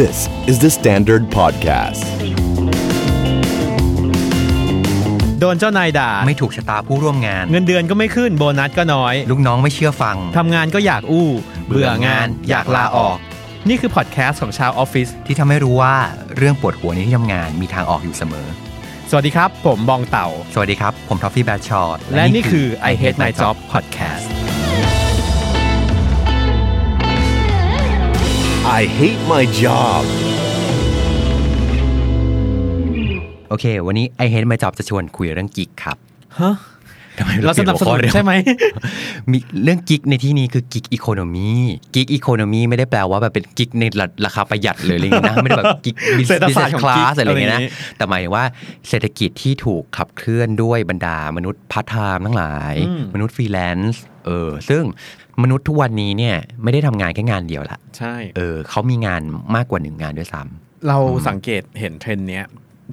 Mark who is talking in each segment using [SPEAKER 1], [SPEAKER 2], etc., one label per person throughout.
[SPEAKER 1] This is the Standard Podcast.
[SPEAKER 2] โดนเจ้านายด่า
[SPEAKER 3] ไม่ถูกชะตาผู้ร่วมงาน
[SPEAKER 2] เงินเดือนก็ไม่ขึ้นโบนัสก็น้อย
[SPEAKER 3] ลูกน้องไม่เชื่อฟัง
[SPEAKER 2] ทำงานก็อยากอู้
[SPEAKER 3] เบื่
[SPEAKER 2] เบื่
[SPEAKER 3] อ
[SPEAKER 2] อาง
[SPEAKER 3] งาน น
[SPEAKER 2] อยากลาออก นี่คือพอดแคสต์ของชาวออฟฟิศ
[SPEAKER 3] ที่ทำให้รู้ว่าเรื่องปวดหัวในที่ทำงานมีทางออกอยู่เสมอ
[SPEAKER 2] สวัสดีครับ ผมบองเต่า
[SPEAKER 3] สวัสดีครับ ผมทอฟฟี่แบชชอร์
[SPEAKER 2] และนี่คือ I Hate My Job Podcast
[SPEAKER 1] I hate my job.
[SPEAKER 3] โอเค วันนี้ I Hate My Job จะชวนคุยเรื่องกิ๊กครับ
[SPEAKER 2] ฮะ
[SPEAKER 3] ทำไม
[SPEAKER 2] เราสนับสนุนใช่ไหม
[SPEAKER 3] มีเรื่องกิ๊กในที่นี้คือกิ๊กอีโคโนมีกิ๊กอีโคโนมีไม่ได้แปลว่าแบบเป็นกิ๊กในราคาประหยัดเลยอะไรอย่างเงี้ยนะ ไม่ได้แบบกิ๊กบิส
[SPEAKER 2] เศรษฐศาสตร์
[SPEAKER 3] ส
[SPEAKER 2] ของ
[SPEAKER 3] คลาส
[SPEAKER 2] กิ๊ก
[SPEAKER 3] อะไรอย่างเงี้ย
[SPEAKER 2] อะไรอย่า
[SPEAKER 3] นะ
[SPEAKER 2] งงี้
[SPEAKER 3] แต่หมายถึงว่าเศรษฐกิจที่ถูกขับเคลื่อนด้วยบรรดามนุษย์พาร์ทไทม์ทั้งหลาย มนุษย์ฟรีแลนซ์เออซึ่งมนุษย์ทุกวันนี้เนี่ยไม่ได้ทำงานแค่งานเดียวละ
[SPEAKER 2] ใช่
[SPEAKER 3] เออเขามีงานมากกว่าหนึ่งงานด้วยซ้
[SPEAKER 2] เราสังเกตเห็นเทรนด์เนี้ย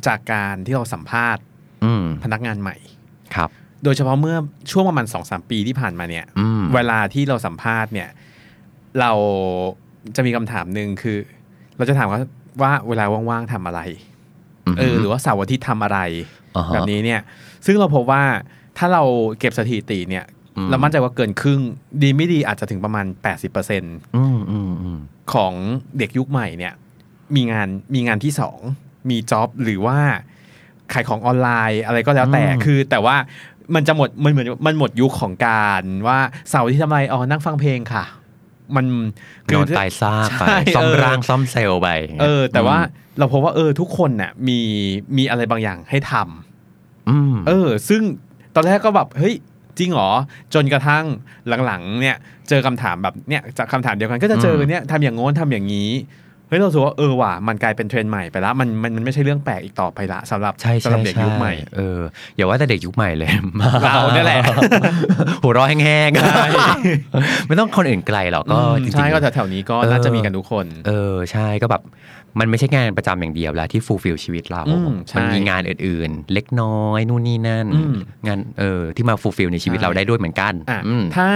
[SPEAKER 2] จากการที่เราสัมภาษณ์
[SPEAKER 3] ำอืม
[SPEAKER 2] พนักงานใหม่
[SPEAKER 3] ครับ
[SPEAKER 2] โดยเฉพาะเมื่อช่วงประมาณสองสามปีที่ผ่านมาเนี่ย
[SPEAKER 3] อืม
[SPEAKER 2] เวลาที่เราสัมภาษณ์เนี่ย เราจะมีคำถามหนึ่งคือ เราจะถามเขาว่าเวลาว่างๆทำอะไร เออหรือว่าเสาร์อาทิตย์ทำอะไร
[SPEAKER 3] อ่าฮะ
[SPEAKER 2] แบบนี้เนี่ย ซึ่งเราพบว่าถ้าเราเก็บสถิติเนี่ย
[SPEAKER 3] อืม
[SPEAKER 2] เรามั่นใจว่าเกินครึ่ง ดีไม่ดีอาจจะถึงประมาณ 80%
[SPEAKER 3] อืมอืมอืม
[SPEAKER 2] ของเด็กยุคใหม่เนี่ย มีงานมีงานที่สองมีจ็อบหรือว่าขายของออนไลน์อะไรก็แล้วแต่คือแต่ว่ามันจะหมดมันเหมือนมันหมดยุคของการว่าเสาร์อาที่ทำอะไรอ๋อนั่งฟังเพลงค่ะ มันคื
[SPEAKER 3] นอนตายซ่ากไป
[SPEAKER 2] ใช่
[SPEAKER 3] ซ่อม
[SPEAKER 2] เออ
[SPEAKER 3] ร่างซ่อมเซลล์ไปย่างงี้ย
[SPEAKER 2] เออ แต่ว่าเราพบว่าเออทุกคนน่ะมีมีอะไรบางอย่างให้ทำ
[SPEAKER 3] อืม
[SPEAKER 2] เออ ซึ่งตอนแรกก็แบบ เฮ้ย จริงเหรอ จนกระทั่งหลังๆ เนี่ย เจอคำถามแบบ เนี่ย จากคำถามเดียวกันก็จะเจอเนี่ยทำอย่างโน้นทำอย่างนี้ เฮ้ย เราสูว่า เออว่ะ มันกลายเป็นเทรนด์ใหม่ไปละ มัน มัน มันไม่ใช่เรื่องแปลกอีกต่อไปละสำหรับ
[SPEAKER 3] ใช่
[SPEAKER 2] สำ
[SPEAKER 3] ใช่
[SPEAKER 2] หรับเด็กยุคใหม่
[SPEAKER 3] เอออย่าว่าแต่เด็กยุคใหม่เลย มา
[SPEAKER 2] เราเนี่ยแหละ
[SPEAKER 3] หัวเร้อแห้งๆ ไม่ต้องคนอื่นไกลหรอกก็
[SPEAKER 2] อืม
[SPEAKER 3] จริงๆ
[SPEAKER 2] ใช่ ก็แถวๆนี้ก็
[SPEAKER 3] เออ
[SPEAKER 2] น่าจะมีกันทุกคน
[SPEAKER 3] เออใช่ก็แบบ มันไม่ใช่งานประจำอย่างเดียวแล้วที่ฟูลฟิลชีวิตเรา
[SPEAKER 2] อืมใช่
[SPEAKER 3] มันมีงานอื่นๆ เล็กน้อย นู่นนี่นั่น
[SPEAKER 2] อืม
[SPEAKER 3] งานเออที่มาฟูลฟิลในชีวิต
[SPEAKER 2] ใช่
[SPEAKER 3] เราได้ด้วยเหมือนกัน
[SPEAKER 2] อ่ะ
[SPEAKER 3] อืม
[SPEAKER 2] ถ้า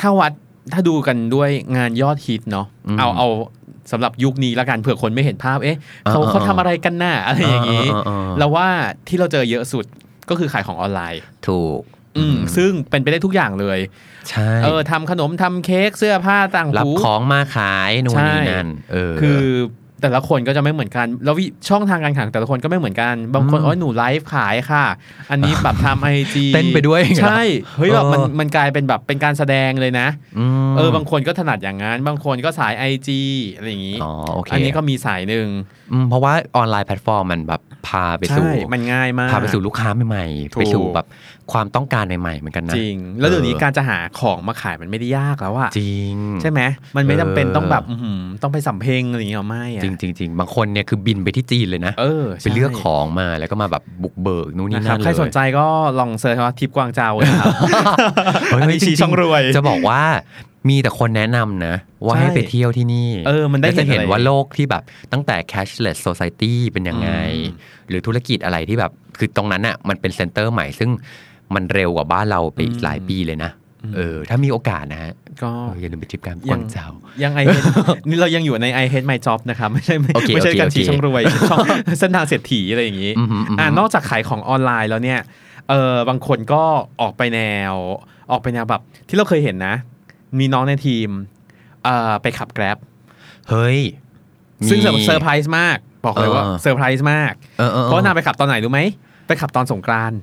[SPEAKER 2] ถ้าวัด ถ้าดูกันด้วยงานยอดฮิตเนาะ
[SPEAKER 3] อืม
[SPEAKER 2] เอา เอาสำหรับยุคนี้ละกันเผื่อคนไม่เห็นภาพ เอ๊ะเขา
[SPEAKER 3] เออเออ
[SPEAKER 2] เขาทำอะไรกันหน้าอะไรอย่างนี้
[SPEAKER 3] เออเออเออ
[SPEAKER 2] เราว่าที่เราเจอเยอะสุดก็คือขายของออนไลน์
[SPEAKER 3] ถูก
[SPEAKER 2] อืมซึ่งเป็นไปได้ทุกอย่างเลย
[SPEAKER 3] ใช่
[SPEAKER 2] เออทำขนมทำเค้กเสื้อผ้าต่าง
[SPEAKER 3] รับ
[SPEAKER 2] หู
[SPEAKER 3] ของมาขายนู่นนี่
[SPEAKER 2] ใช่
[SPEAKER 3] นั่นเออ
[SPEAKER 2] คือแต่ละคนก็จะไม่เหมือนกัน แล้ววิช่องทางการขายของแต่ละคนก็ไม่เหมือนกัน บางคน
[SPEAKER 3] อืม
[SPEAKER 2] โอ้ยหนูไลฟ์ขายค่ะ อันนี้แบบทำไอจี
[SPEAKER 3] เต้นไปด้วย
[SPEAKER 2] ใช่เฮ้ยแบบมัน
[SPEAKER 3] เออ
[SPEAKER 2] มันกลายเป็นแบบเป็นการแสดงเลยนะ
[SPEAKER 3] ม
[SPEAKER 2] เออบางคนก็ถนัดอย่างนั้น บางคนก็สายไอจีอะไรอย่างนี้
[SPEAKER 3] อ๋อโอเค
[SPEAKER 2] อันนี้ก็มีสายหนึ่ง
[SPEAKER 3] อืมเพราะว่าออนไลน์แพลตฟอร์มมันแบบพาไป
[SPEAKER 2] ใช่
[SPEAKER 3] สู่
[SPEAKER 2] มันง่ายมาก
[SPEAKER 3] พาไปสู่ลูกค้าใหม่
[SPEAKER 2] ถูก
[SPEAKER 3] ๆไปสู่แบบความต้องการใหม่ๆ เหมือนกันนะ
[SPEAKER 2] จริง แล้วเดี๋ยวนี้
[SPEAKER 3] ออ
[SPEAKER 2] การจะหาของมาขายมันไม่ได้ยากแล้วอะ
[SPEAKER 3] จริง
[SPEAKER 2] ใช่ไหมมันไม่จำเป็น
[SPEAKER 3] เออ
[SPEAKER 2] ต้องแบบอื้อหือต้องไปสัมเพลงอะไรอย่างเงี้ยไม่อะ
[SPEAKER 3] จริงจริงจริงบางคนเนี่ยคือบินไปที่จีนเลยนะ
[SPEAKER 2] เออ
[SPEAKER 3] ไปเลือกของมาแล้วก็มาแบบบุกเบิกนู่นนี่
[SPEAKER 2] นะค
[SPEAKER 3] นั่
[SPEAKER 2] รับ
[SPEAKER 3] นเลย
[SPEAKER 2] ใครสนใจก็ลองเซิร์ชว่าทิปกวางเจ้าเลย ครับ
[SPEAKER 3] เฮ้ย
[SPEAKER 2] อันนี้
[SPEAKER 3] จริ
[SPEAKER 2] ชี้
[SPEAKER 3] ๆ
[SPEAKER 2] ช่องรวย
[SPEAKER 3] จะบอกว่ามีแต่คนแนะนำนะ ว่า
[SPEAKER 2] ใช่
[SPEAKER 3] ให้ไปเที่ยวที่นี่
[SPEAKER 2] เออมันได้
[SPEAKER 3] แล้วจะ
[SPEAKER 2] เห็
[SPEAKER 3] เห็
[SPEAKER 2] น
[SPEAKER 3] น
[SPEAKER 2] อะไร
[SPEAKER 3] ว่าโลกที่แบบตั้งแต่ cashless society เป็นยังไง
[SPEAKER 2] อืม
[SPEAKER 3] หรือธุรกิจอะไรที่แบบคือตรงนั้นอ่ะมันเป็นเซ็นเตอร์ใหม่ซึ่งมันเร็วกว่าบ้านเราไปอีกหลายปีเลยนะเออ ถ้ามีโอกาสนะฮะ
[SPEAKER 2] ก็
[SPEAKER 3] เอออย่าลืมไปทริปการกวางเจ้า
[SPEAKER 2] ยังไอ นี่เรายังอยู่ใน I hate my job นะครับ ไม่ใช่ไม่
[SPEAKER 3] โอเค
[SPEAKER 2] ไม่ใช่
[SPEAKER 3] โอเค
[SPEAKER 2] การชี้
[SPEAKER 3] โอเค
[SPEAKER 2] ช่องร วยช่อง เส้นทางเศรษฐีอะไรอย่างนี้
[SPEAKER 3] อือหืออือหืออ่
[SPEAKER 2] อ่านอกจากขายของออนไลน์แล้วเนี่ยเออบางคนก็ออกไปแนวออกไปแนวแบบ ที่เราเคยเห็นนะ มีน้องในทีมเอ่อไปขับแกร็บ
[SPEAKER 3] เฮ้ย
[SPEAKER 2] ซึ่ง
[SPEAKER 3] มี
[SPEAKER 2] เซอร์ไพรส์มากบอกเลยว่า
[SPEAKER 3] เออ
[SPEAKER 2] เซอร์ไพรส์มาก
[SPEAKER 3] ออออออ
[SPEAKER 2] เพราะว่านางไปขับตอนไหนรู้ไหม ไปขับตอนสงกรานต์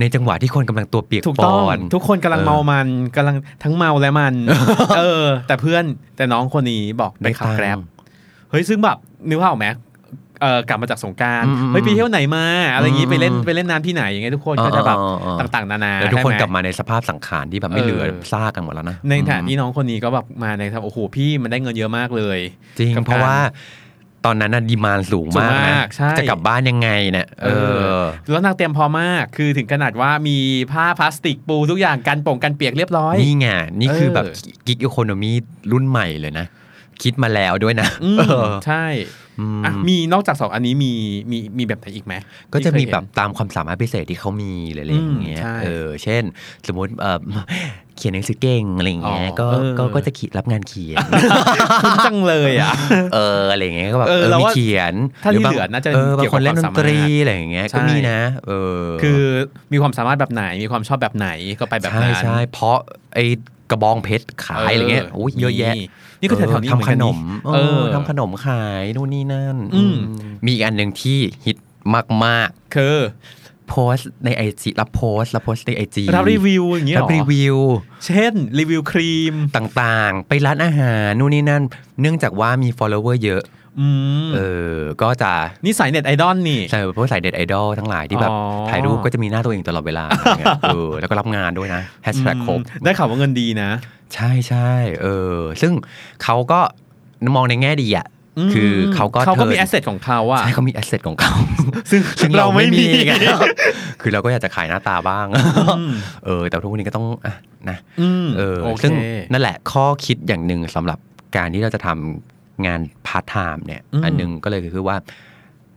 [SPEAKER 3] ในจังหวะที่คนกำลังตัวเปียก
[SPEAKER 2] ถูกต้อง
[SPEAKER 3] ปอน
[SPEAKER 2] ทุกคนกำลัง
[SPEAKER 3] เออ
[SPEAKER 2] เมามันกำลังทั้งเมาและมัน เออ แต่เพื่อนแต่น้องคนนี้บอกไปขับ
[SPEAKER 3] ตังค์
[SPEAKER 2] แกร็บเฮ้ยซึ่งแบบนึกภาพออกไหมเออกลับมาจากสงกราร
[SPEAKER 3] อืมอืม
[SPEAKER 2] เฮ้ยไปเที่ยวไหนมา อะไรอย่างงี้
[SPEAKER 3] อืม
[SPEAKER 2] ไปเล่น
[SPEAKER 3] อืม
[SPEAKER 2] ไปเล่นน้ำที่ไหนอย่างเงี้ยทุกคนก็จะแบบ
[SPEAKER 3] อ๋ออ๋ออ๋อ
[SPEAKER 2] ต่างๆ นานา
[SPEAKER 3] แล้วทุกคน
[SPEAKER 2] ใช่ไห
[SPEAKER 3] กลับมาในสภาพสังขารที่แบบไม่
[SPEAKER 2] เออ
[SPEAKER 3] เหลือซากกันหมดแล้วนะ
[SPEAKER 2] ในฐานะที่น้องคนนี้ก็แบบมาในครับโอ้โหพี่มันได้เงินเยอะมากเลย
[SPEAKER 3] จริง
[SPEAKER 2] กับการ
[SPEAKER 3] เพราะว่าตอนนั้นน่ะดีมานสูง
[SPEAKER 2] สูง
[SPEAKER 3] มากนะ
[SPEAKER 2] มากใช่
[SPEAKER 3] จะกลับบ้านยังไงเนี่ยเออ
[SPEAKER 2] แล้วนางเตรียมพร้อมมากคือถึงขนาดว่ามีผ้าพลาสติกปูทุกอย่างกันโป่งกันเปียกเรียบร้อย
[SPEAKER 3] นี่ไงนี่คือ
[SPEAKER 2] เออ
[SPEAKER 3] แบบกิ๊กอีโคโนมีรุ่นใหม่เลยนะ คิดมาแล้วด้วยนะ
[SPEAKER 2] อืม
[SPEAKER 3] เออ
[SPEAKER 2] ใช่
[SPEAKER 3] อืม
[SPEAKER 2] อ่ะมีนอกจากสองอันนี้มีมีมีแบบไหนอีกไหม
[SPEAKER 3] ก็จะมี
[SPEAKER 2] ที่เคยเห็น
[SPEAKER 3] แบบตามความสามารถพิเศษที่เขามีหรืออะไรอย่างเงี้ย
[SPEAKER 2] อืมใช่
[SPEAKER 3] เออเช่น สมมติเอ่อเขียนหนังสือเก่งอะไรอย่างเงี้ย
[SPEAKER 2] อ๋อ
[SPEAKER 3] ก็
[SPEAKER 2] เออ
[SPEAKER 3] ก็ก็จะขีดรับงานเขียน
[SPEAKER 2] คุ้นจังเลยอ่ะ
[SPEAKER 3] เอออะไรอย่างเงี้ยก็แบบ
[SPEAKER 2] เอ
[SPEAKER 3] เอ
[SPEAKER 2] อ
[SPEAKER 3] อ
[SPEAKER 2] เรา
[SPEAKER 3] มี
[SPEAKER 2] ว่า
[SPEAKER 3] เขียน
[SPEAKER 2] ถ้าที่
[SPEAKER 3] รืบง
[SPEAKER 2] เหลือน่าจะ
[SPEAKER 3] เออบางคนเล่น
[SPEAKER 2] เกี่
[SPEAKER 3] ด
[SPEAKER 2] ยวน กับความสา
[SPEAKER 3] ต
[SPEAKER 2] มารถ
[SPEAKER 3] รีอะไรอย่างเงี้ยก็
[SPEAKER 2] ใช่
[SPEAKER 3] มีนะเออ
[SPEAKER 2] คือมีความสามารถแบบไหนมีความชอบแบบไหนก็ไปแบบ
[SPEAKER 3] ใช่
[SPEAKER 2] นั้น
[SPEAKER 3] ใช่เพราะไอ้กระบองเพชรขายอะไรเงี้ยโอ้ยเยอะแยะ
[SPEAKER 2] มีนี่ก็แถวๆนี้เหมือ
[SPEAKER 3] ทำข
[SPEAKER 2] กั
[SPEAKER 3] นม
[SPEAKER 2] เออ
[SPEAKER 3] ทำขนมขายนู่นนี่นั่น
[SPEAKER 2] อืม
[SPEAKER 3] อืมมีอีกอันหนึ่งที่ฮิตมาก
[SPEAKER 2] คือ
[SPEAKER 3] ๆ โพสต์ในไอจีรับโพสต์รับโพสต์ในไอจี
[SPEAKER 2] รับรีวิวอย่างเงี้ย
[SPEAKER 3] รั
[SPEAKER 2] เห
[SPEAKER 3] บ
[SPEAKER 2] รอ
[SPEAKER 3] รีวิว
[SPEAKER 2] เช่น รีวิวครีม
[SPEAKER 3] ต่างๆ ไปร้านอาหารนู่นนี่นั่น เนื่องจากว่ามี follower เยอะ
[SPEAKER 2] อืม
[SPEAKER 3] เออ ก็จะ
[SPEAKER 2] นี่สายเน็ตไอดอลนี่
[SPEAKER 3] ใส่พวกสายเด็ดไอดอลทั้งหลายที่แบบ
[SPEAKER 2] อ๋อ
[SPEAKER 3] ถ่ายรูปก็จะมีหน้าตัวเองตลอดเวลาอย่างเงี้ย เออแล้วก็รับงานด้วยนะแฮชแท็กครบ
[SPEAKER 2] ได้ข่าวว่าเงินดีนะ
[SPEAKER 3] ใช่ใช่เออ ซึ่งเขาก็มองในแง่ดีอ่ะ
[SPEAKER 2] ม
[SPEAKER 3] คือเขาก็
[SPEAKER 2] เขาก็มี
[SPEAKER 3] ทิ
[SPEAKER 2] แอ
[SPEAKER 3] ร์
[SPEAKER 2] ส
[SPEAKER 3] น
[SPEAKER 2] เซทของเขาอะ
[SPEAKER 3] ใช่เขามีแอสเซทของเขา
[SPEAKER 2] ซึ่ง
[SPEAKER 3] ไงคือเราก็อยากจะขายหน้าตาบ้าง เออ แต่ทุกวันนี้ก็ต้องอ่ะนะ
[SPEAKER 2] อืม
[SPEAKER 3] เออ
[SPEAKER 2] โอเค
[SPEAKER 3] ซึ่งนั่นแหละข้อคิดอย่างหนึ่งสำหรับการที่เราจะทำงานพาร์ทไทม์เนี่ย อันหนึ่งก็เลยคือว่า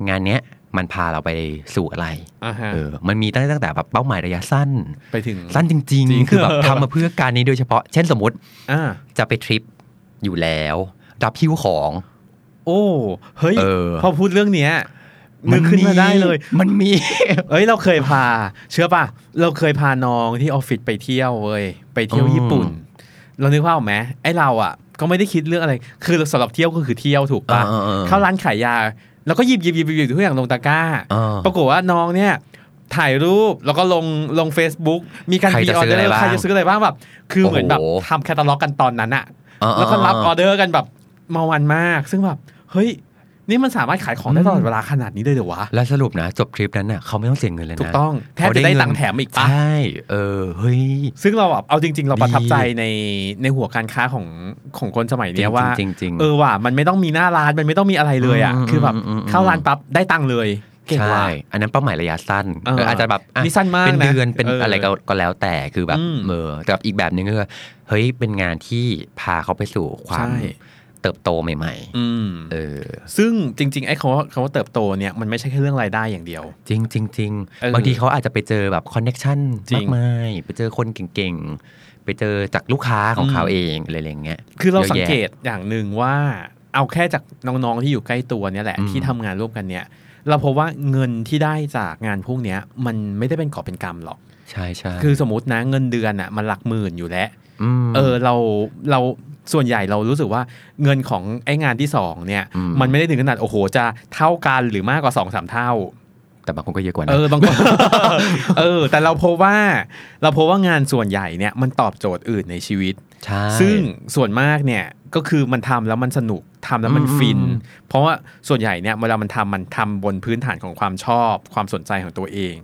[SPEAKER 3] งานเนี้ยมันพาเราไปสู่อะไร
[SPEAKER 2] อ่าฮะ
[SPEAKER 3] เออ มันมีตั้งตั้งแต่แบบเป้าหมายระยะสั้น
[SPEAKER 2] ไปถึง
[SPEAKER 3] สั้นจริง
[SPEAKER 2] จริง
[SPEAKER 3] ๆ คือแบบทำมาเพื่อการนี้โดยเฉพาะ เช่นสมมติ
[SPEAKER 2] อ่า
[SPEAKER 3] จะไปทริปอยู่แล้วรับหิ้วของ
[SPEAKER 2] โอ้เฮ้ย
[SPEAKER 3] เออ
[SPEAKER 2] พอพูดเรื่องเนี้ยนึกขึ้นมาได้เลย
[SPEAKER 3] มันมี
[SPEAKER 2] เอ้ยเราเคยพา เชื่อป่ะ เราเคยพาน้องที่ออฟฟิศไปเที่ยวเว้ยไปเที่ยว
[SPEAKER 3] อืม
[SPEAKER 2] ญี่ปุ่น เรานึกว่าเอาไหมไอเราอ่ะ ก็ไม่ได้คิดเรื่องอะไร คือสำหรับเที่ยวก็คือเที่ยวถูกป่ะ
[SPEAKER 3] ออออออ
[SPEAKER 2] เข้าร้านขายยา แล้วก็หยิบหยิบหยิบหยิบหยิบทุกอย่างลงตะกร้า
[SPEAKER 3] อ่า
[SPEAKER 2] ปรากฏว่าน้องเนี่ย ถ่ายรูปแล้วก็ลงลง Facebook มีการ
[SPEAKER 3] ใครจะซื้ออะไรบ้าง
[SPEAKER 2] ใครจะซื้ออะไรบ้างแบบ คือเหมือนแบบ
[SPEAKER 3] โอ้โห
[SPEAKER 2] ทำแคตตาล็อกกันตอนนั้นอะ
[SPEAKER 3] เออ
[SPEAKER 2] แล้วก็รับออเดอร์กันแบบมาวันมาก ซึ่งแบบเฮ้ย นี่มันสามารถขายของได้ตลอดเวลาขนาดนี้เลยเหรอวะ
[SPEAKER 3] แล้วสรุปนะจบทริปนั้นน่ะเขาไม่ต้องเสียเงินเลยนะ
[SPEAKER 2] ถูกต้องแทบจะได้ตังค์แถมอีกปะ
[SPEAKER 3] ใช่ เออ เฮ้ย
[SPEAKER 2] ซึ่งเราแบบเอาจริง ๆ เราประทับ
[SPEAKER 3] ดี
[SPEAKER 2] ใจในในหัวการค้าของของคนสมัย
[SPEAKER 3] จริ
[SPEAKER 2] เนี้
[SPEAKER 3] ง
[SPEAKER 2] ยว่า
[SPEAKER 3] จริงจริง
[SPEAKER 2] เออว่ะมันไม่ต้องมีหน้าร้านมันไม่ต้องมีอะไรเลยอ่ะ
[SPEAKER 3] อืม
[SPEAKER 2] คือแบบ
[SPEAKER 3] อืมอืมอืม
[SPEAKER 2] เข้าร้านปั๊บได้ตังค์เลยเก่ง
[SPEAKER 3] ใช่
[SPEAKER 2] ว่ะ
[SPEAKER 3] อันนั้นเป้าหมายระยะสั้น
[SPEAKER 2] เออ
[SPEAKER 3] เอออาจจะแบบอ่ะ
[SPEAKER 2] นี่สั้นมากนะ
[SPEAKER 3] เป็นเดือนเป็น
[SPEAKER 2] เอออ
[SPEAKER 3] อะไรก็ก็แล้วแต่คือแบบ
[SPEAKER 2] อืม
[SPEAKER 3] เออแต่อีกแบบหนึ่งก็คือเฮ้ยเป็นงานที่พาเขาไปสู่ความ
[SPEAKER 2] ใช่
[SPEAKER 3] เติบโตใหม่
[SPEAKER 2] อืม
[SPEAKER 3] ๆ เออ
[SPEAKER 2] ซึ่งจริง ๆ ไอ้คำว่าคำว่าเติบโตเนี่ยมันไม่ใช่แค่เรื่องรายได้อย่างเดียว
[SPEAKER 3] จริงจริงจริง
[SPEAKER 2] เออบ
[SPEAKER 3] างทีเขาอาจจะไปเจอแบบคอนเน็ชัน
[SPEAKER 2] จริง
[SPEAKER 3] มากมายไปเจอคนเก่งๆ ไปเจอจากลูกค้าของ
[SPEAKER 2] อืม
[SPEAKER 3] เขาเองอะไรอย่างเงี้ย
[SPEAKER 2] คือเรา
[SPEAKER 3] ยะ
[SPEAKER 2] สัง
[SPEAKER 3] แยะ
[SPEAKER 2] เกตอย่างหนึ่งว่า เอาแค่จากน้องๆที่อยู่ใกล้ตัวเนี่ยแหละ
[SPEAKER 3] อืม
[SPEAKER 2] ที่ทำงานร่วมกันเนี่ย เราพบว่าเงินที่ได้จากงานพวกเนี้ยมันไม่ได้เป็นกอบเป็นกำหรอก
[SPEAKER 3] ใช่ใช่
[SPEAKER 2] คือสมมตินะเงินเดือนอ่ะมันหลักหมื่นอยู่แล้ว
[SPEAKER 3] ม
[SPEAKER 2] เออเราเราส่วนใหญ่เรารู้สึกว่าเงินของไอ้งานที่สองเนี่ย
[SPEAKER 3] อืม
[SPEAKER 2] มันไม่ได้ถึงขนาดโอ้โหจะเท่ากันหรือมากกว่าสองสามเท่า
[SPEAKER 3] แต่บางคนก็เยอะกว่านะ
[SPEAKER 2] เออบางคน เออ แต่เราพบว่า เราพบว่างานส่วนใหญ่เนี่ยมันตอบโจทย์อื่นในชีวิต
[SPEAKER 3] ใช่
[SPEAKER 2] ซึ่งส่วนมากเนี่ยก็คือมันทำแล้วมันสนุกทำแล้วมัน
[SPEAKER 3] อืม
[SPEAKER 2] ฟิน
[SPEAKER 3] อืม
[SPEAKER 2] เพราะว่าส่วนใหญ่เนี่ยเวลามันทำมันทำบนพื้นฐานของความชอบความสนใจของตัวเอง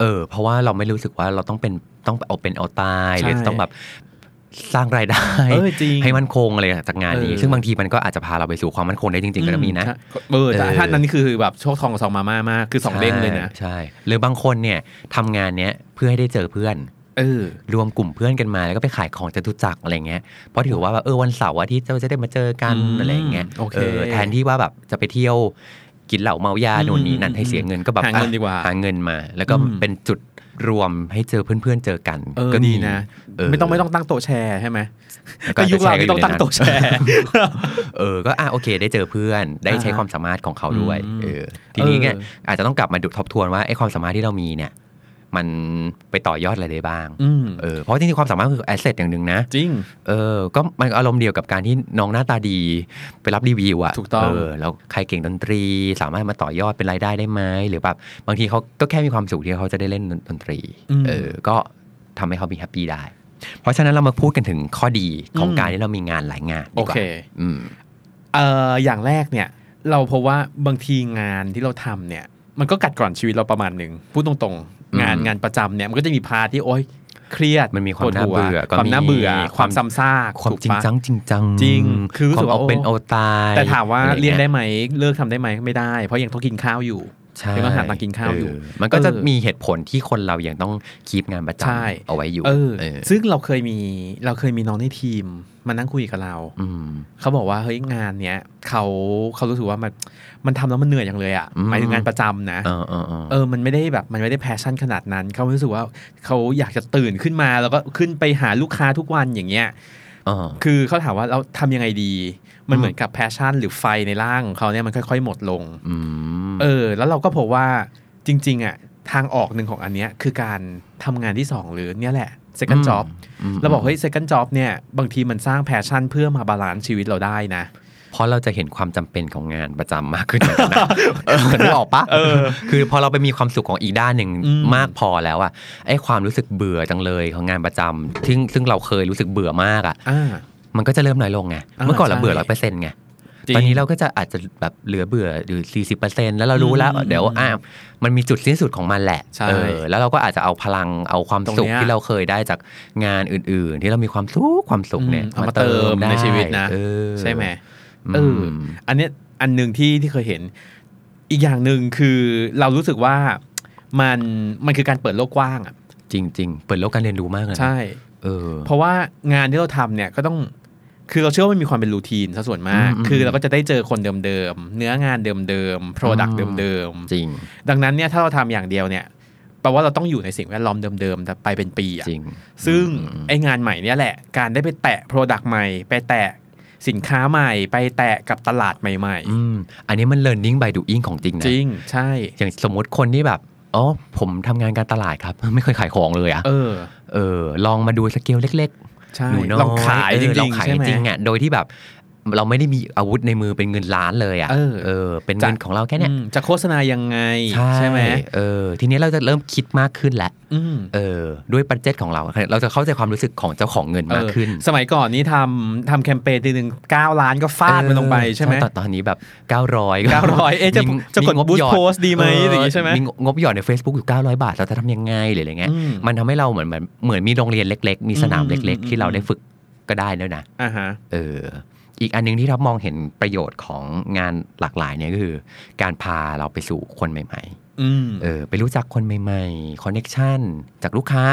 [SPEAKER 3] เออ เพราะว่าเราไม่รู้สึกว่าเราต้องเป็นต้องเอาเป็นเอาตาย
[SPEAKER 2] ใช่
[SPEAKER 3] หรือต้องแบบสร้างรายได้
[SPEAKER 2] เออจริง
[SPEAKER 3] ให้มั่นคงอะไรจากงานนี้
[SPEAKER 2] เออ
[SPEAKER 3] ซึ่งบางทีมันก็อาจจะพาเราไปสู่ความมั่นคงได้จริงๆก็มีนะ
[SPEAKER 2] ใช่เออแต่
[SPEAKER 3] เออ
[SPEAKER 2] ท่านนั้นคือแบบโชคทองกับซองมาม่ามากคือสองเด้งเลยนะ
[SPEAKER 3] ใช่ใช่หรือบางคนเนี่ยทำงานเนี้ยเพื่อให้ได้เจอเพื่อน
[SPEAKER 2] เออ
[SPEAKER 3] รวมกลุ่มเพื่อนกันมาแล้วก็ไปขายของจตุจักรอะไรเงี้ยเพราะถือว่าแบบเออวันเสาร์อาทิตย์เราจะได้มาเจอกัน
[SPEAKER 2] อืม
[SPEAKER 3] อะไรเงี้ย
[SPEAKER 2] โอเค
[SPEAKER 3] แทนที่ว่าแบบจะไปเที่ยวกินเหล้าเมายา
[SPEAKER 2] อืม
[SPEAKER 3] โน่นนี่นั่
[SPEAKER 2] อื
[SPEAKER 3] น
[SPEAKER 2] ม
[SPEAKER 3] ให้เสียเงินก็แบบ
[SPEAKER 2] หาเงิน
[SPEAKER 3] อ่ะ
[SPEAKER 2] ดีกว่า
[SPEAKER 3] หาเงินมา แล้วก็
[SPEAKER 2] อืม
[SPEAKER 3] เป็นจุดรวมให้เจอเพื่อนๆเจอกัน
[SPEAKER 2] เออ
[SPEAKER 3] ก็
[SPEAKER 2] ดี
[SPEAKER 3] มี
[SPEAKER 2] นะ
[SPEAKER 3] เออ
[SPEAKER 2] ไม่ต้องไม่ต้องตั้งโต๊ะแชร์ใช่ไหม
[SPEAKER 3] แล้วก็
[SPEAKER 2] แต่ยุคเรา
[SPEAKER 3] จะแชร์กัน
[SPEAKER 2] ไม่ต้องตั้งโต๊ะ
[SPEAKER 3] อยู่
[SPEAKER 2] แช
[SPEAKER 3] ในนั้น
[SPEAKER 2] ร์
[SPEAKER 3] เออก็อ่ะโอเค ได้เจอเพื่อนได้ใช้
[SPEAKER 2] อ่าฮะ
[SPEAKER 3] ความสามารถของเขาด้วย
[SPEAKER 2] อืม
[SPEAKER 3] เออทีนี้เนี่ย
[SPEAKER 2] เออ
[SPEAKER 3] อาจจะต้องกลับมาดูทบทวนว่าไอ้ความสามารถที่เรามีเนี่ย มันไปต่อยอด อะไรได้บ้าง
[SPEAKER 2] อืม
[SPEAKER 3] เออเพราะจริงๆความสามารถคือแอสเซทอย่างหนึ่งนะ
[SPEAKER 2] จริง
[SPEAKER 3] เออ ก็มันอารมณ์เดียวกับการที่น้องหน้าตาดีไปรับรีวิวอะ
[SPEAKER 2] ถูกต้อง
[SPEAKER 3] เออ แล้วใครเก่งดนตรี สามารถมาต่อยอดเป็นรายได้ได้ไหมหรือแบบบางทีเขาก็แค่มีความสุขที่เขาจะได้เล่นดนตรี
[SPEAKER 2] อืม
[SPEAKER 3] เออ ก็ทำให้เขามีแฮปปี้ได้ เพราะฉะนั้นเรามาพูดกันถึงข้อดีของ
[SPEAKER 2] อืม
[SPEAKER 3] การที่เรามีงานหลายงาน
[SPEAKER 2] โอ
[SPEAKER 3] ดีกว่า
[SPEAKER 2] เค
[SPEAKER 3] อืม
[SPEAKER 2] เอ่ออย่างแรกเนี่ย เราพบว่าบางทีงานที่เราทำเนี่ย มันก็กัดกร่อนชีวิตเราประมาณหนึ่งพูดตรง
[SPEAKER 3] อืม
[SPEAKER 2] ๆ งานงานประจำเนี่ยมันก็จะมีพาร์ทที่โอ๊ยเครียด
[SPEAKER 3] มันมีความ
[SPEAKER 2] ปวดหั
[SPEAKER 3] น่าเบื่อก็
[SPEAKER 2] ความ
[SPEAKER 3] มี
[SPEAKER 2] น่าเบื่อ
[SPEAKER 3] ค
[SPEAKER 2] ค
[SPEAKER 3] า
[SPEAKER 2] วา
[SPEAKER 3] ว
[SPEAKER 2] ม มซ้ำซาก
[SPEAKER 3] ความ
[SPEAKER 2] ถูก
[SPEAKER 3] จริง
[SPEAKER 2] ปะ
[SPEAKER 3] จังจริงจัง
[SPEAKER 2] จริงคือรู้สึก
[SPEAKER 3] วาม
[SPEAKER 2] ว่า
[SPEAKER 3] เอาเป็น
[SPEAKER 2] โอ้
[SPEAKER 3] เอาตาย
[SPEAKER 2] แต่ถามว่า
[SPEAKER 3] อะ
[SPEAKER 2] เรียน
[SPEAKER 3] งี้
[SPEAKER 2] ได้ไหมเลิกทำได้ไหมไม่ได้ เพราะยังต้องกินข้าวอยู่
[SPEAKER 3] ใช่
[SPEAKER 2] ยังต้องหาตังค์กินข้าวอยู่
[SPEAKER 3] เมันก็จะ
[SPEAKER 2] เออ
[SPEAKER 3] มีเหตุผลที่คนเรายังต้องคีบงานประจ
[SPEAKER 2] ใช่
[SPEAKER 3] ำเอาไว้อยู่
[SPEAKER 2] เออ
[SPEAKER 3] เออ
[SPEAKER 2] ซึ่งเราเคยมีเราเคยมีน้องในทีมมานั่งคุยกับเรา
[SPEAKER 3] อืม
[SPEAKER 2] เขาบอกว่าเฮ้ยงานเนี้ยเขาเขารู้สึกว่ามันมันทำแล้วมันเหนื่อยอย่างเลยอะ่ะ
[SPEAKER 3] อืม
[SPEAKER 2] หมายถึงงานประจำนะ
[SPEAKER 3] เออเออเออ
[SPEAKER 2] เออมันไม่ได้แบบมันไม่ได้แพชชั่นขนาดนั้น เขารู้สึกว่าเขาอยากจะตื่นขึ้นมาแล้วก็ขึ้นไปหาลูกค้าทุกวันอย่างเงี้ย
[SPEAKER 3] อ่า
[SPEAKER 2] คือเขาถามว่าเราทำยังไงดี มัน
[SPEAKER 3] อืม
[SPEAKER 2] เหมือนกับแพชชั่นหรือไฟในร่างของเขาเนี่ยมันค่อย ๆ หมดลง
[SPEAKER 3] อืม
[SPEAKER 2] เออ แล้วเราก็พบว่าจริง ๆอ่ะทางออกหนึ่งของอันเนี้ยคือการทำงานที่สองหรือเนี่ยแหละ second job
[SPEAKER 3] ม
[SPEAKER 2] เราบอกเฮ้ย second job เนี่ยบางทีมันสร้างแพชชั่นเพื่อมาบาลานซ์ชีวิตเราได้นะ
[SPEAKER 3] เพราะเราจะเห็นความจำเป็นของงานประจำมากขึ้นเหมือนกันนะเออนึกออกปะคือพอเราไปมีความสุขของอีกด้านหนึ่ง
[SPEAKER 2] อืม
[SPEAKER 3] มากพอแล้วอะไอ้ความรู้สึกเบื่อจังเลยของงานประจำซึ่งซึ่งเราเคยรู้สึกเบื่อมากอะ
[SPEAKER 2] อ่า
[SPEAKER 3] มันก็จะเริ่มน้อยลงไง
[SPEAKER 2] อ่า
[SPEAKER 3] เมื่อก่อนเรา
[SPEAKER 2] ใช่
[SPEAKER 3] เบื่อร้อยเปอร์เซ็นต์ไง
[SPEAKER 2] จริง
[SPEAKER 3] ตอนนี้เราก็จะอาจจะแบบเหลือเบื่ออยู่สี่สิบเปอร์เซ็นต์แล้วเรารู้แล้ว
[SPEAKER 2] อืม
[SPEAKER 3] เดี๋ยวอ่ะมันมีจุดสิ้นสุดของมันแหละ
[SPEAKER 2] ใช่
[SPEAKER 3] เออแล้วเราก็อาจจะเอาพลังเอาความ
[SPEAKER 2] ตรง
[SPEAKER 3] สุข
[SPEAKER 2] เนี้ย
[SPEAKER 3] ที่เราเคยได้จากงานอื่น ๆ ที่เรามีความสุขความสุขเนี่ย
[SPEAKER 2] อืมเอามาเติมใน
[SPEAKER 3] ได้
[SPEAKER 2] ชีวิตนะ
[SPEAKER 3] เออ
[SPEAKER 2] ใช่ไหม
[SPEAKER 3] ม
[SPEAKER 2] เออออันเนี้ยอันหนึ่งที่ที่เคยเห็น อีกอย่างหนึ่งคือเรารู้สึกว่ามันมันคือการเปิดโลกกว้างอ่ะ
[SPEAKER 3] จริง ๆ เปิดโลกการเรียนรู้มากเลยนะ
[SPEAKER 2] ใช่
[SPEAKER 3] เออ
[SPEAKER 2] เพราะว่างานที่เราทำเนี่ยก็ต้องคือเราเชื่อว่ามันมีความเป็นรูทีนซะส่วนมาก
[SPEAKER 3] อืมอืม
[SPEAKER 2] คือเราก็จะได้เจอคนเดิมๆเนื้องานเดิมๆโปรดักต์เดิม
[SPEAKER 3] จริง
[SPEAKER 2] ๆดังนั้นเนี่ยถ้าเราทำอย่างเดียวเนี่ยแปลว่าเราต้องอยู่ในสิ่งแวดล้อมเดิมๆไปเป็นปีอะ
[SPEAKER 3] จริง
[SPEAKER 2] ซึ่งไองานใหม่เนี่ยแหละ การได้ไปแตะ Product ใหม่ ไปแตะสินค้าใหม่ ไปแตะกับตลาดใหม่
[SPEAKER 3] อืม อันนี้มัน learning by doing ของจริง
[SPEAKER 2] ๆ
[SPEAKER 3] นะ
[SPEAKER 2] จริงใช่
[SPEAKER 3] อย่างสมมติคนที่แบบอ๋อผมทำงานการตลาดครับ ไม่เคยขายของเลยอะ
[SPEAKER 2] เออ
[SPEAKER 3] เออ ลองมาดูสเกลเล็ก
[SPEAKER 2] ใช่
[SPEAKER 3] ๆหนูน้อย
[SPEAKER 2] ลองขาย
[SPEAKER 3] เออ
[SPEAKER 2] จริงๆ
[SPEAKER 3] ลองขาย
[SPEAKER 2] ใช่
[SPEAKER 3] จ
[SPEAKER 2] ไหม
[SPEAKER 3] ริงๆอะโดยที่แบบเราไม่ได้มีอาวุธในมือเป็นเงินล้านเลยอะ
[SPEAKER 2] เออ
[SPEAKER 3] เออ เป็นเงินของเราแค่เนี้ย
[SPEAKER 2] อืมจะโฆษณายังไงไหม
[SPEAKER 3] เออ ทีนี้เราจะเริ่มคิดมากขึ้นแล้ว
[SPEAKER 2] อืม
[SPEAKER 3] เออ ด้วยบัตเจ็ตของเรา เราจะเข้าใจความรู้สึกของเจ้าของเงินมากขึ้น
[SPEAKER 2] เออสมัยก่อนนี้ทำทำแคมเปญทีหนึ่งเก้าล้านก็ฟาดมันลงไปใช่ไหม
[SPEAKER 3] ตอนตอนนี้แบบ 900
[SPEAKER 2] 900เอ๊ะจะ
[SPEAKER 3] มี
[SPEAKER 2] จะกด
[SPEAKER 3] มีงบ
[SPEAKER 2] boost
[SPEAKER 3] หยอ
[SPEAKER 2] post ดีไหมหรืออย่างงี้ใช่ไหม
[SPEAKER 3] มีงบหยอดใน Facebook อยู่ 900 บาท เราจะทำยังไงหรืออะไรเงี้ย
[SPEAKER 2] อืม
[SPEAKER 3] มันทำให้เราเหมือนเหมือนเหมือนมีโรงเรียนเล็ก ๆ มีสนาม
[SPEAKER 2] อืม
[SPEAKER 3] เล็ก
[SPEAKER 2] อืม
[SPEAKER 3] ๆ ที่เราได้ฝึกก็ได้แล้วยนะ
[SPEAKER 2] อ่าฮะ
[SPEAKER 3] เอออีกอันหนึงที่เรามองเห็นประโยชน์ของงานหลากหลายเนี่ยก็คือ การพาเราไปสู่คนใหม่
[SPEAKER 2] อืม
[SPEAKER 3] ๆเออไปรู้จักคนใหม่ๆคอนเน็ชันจากลูกค้า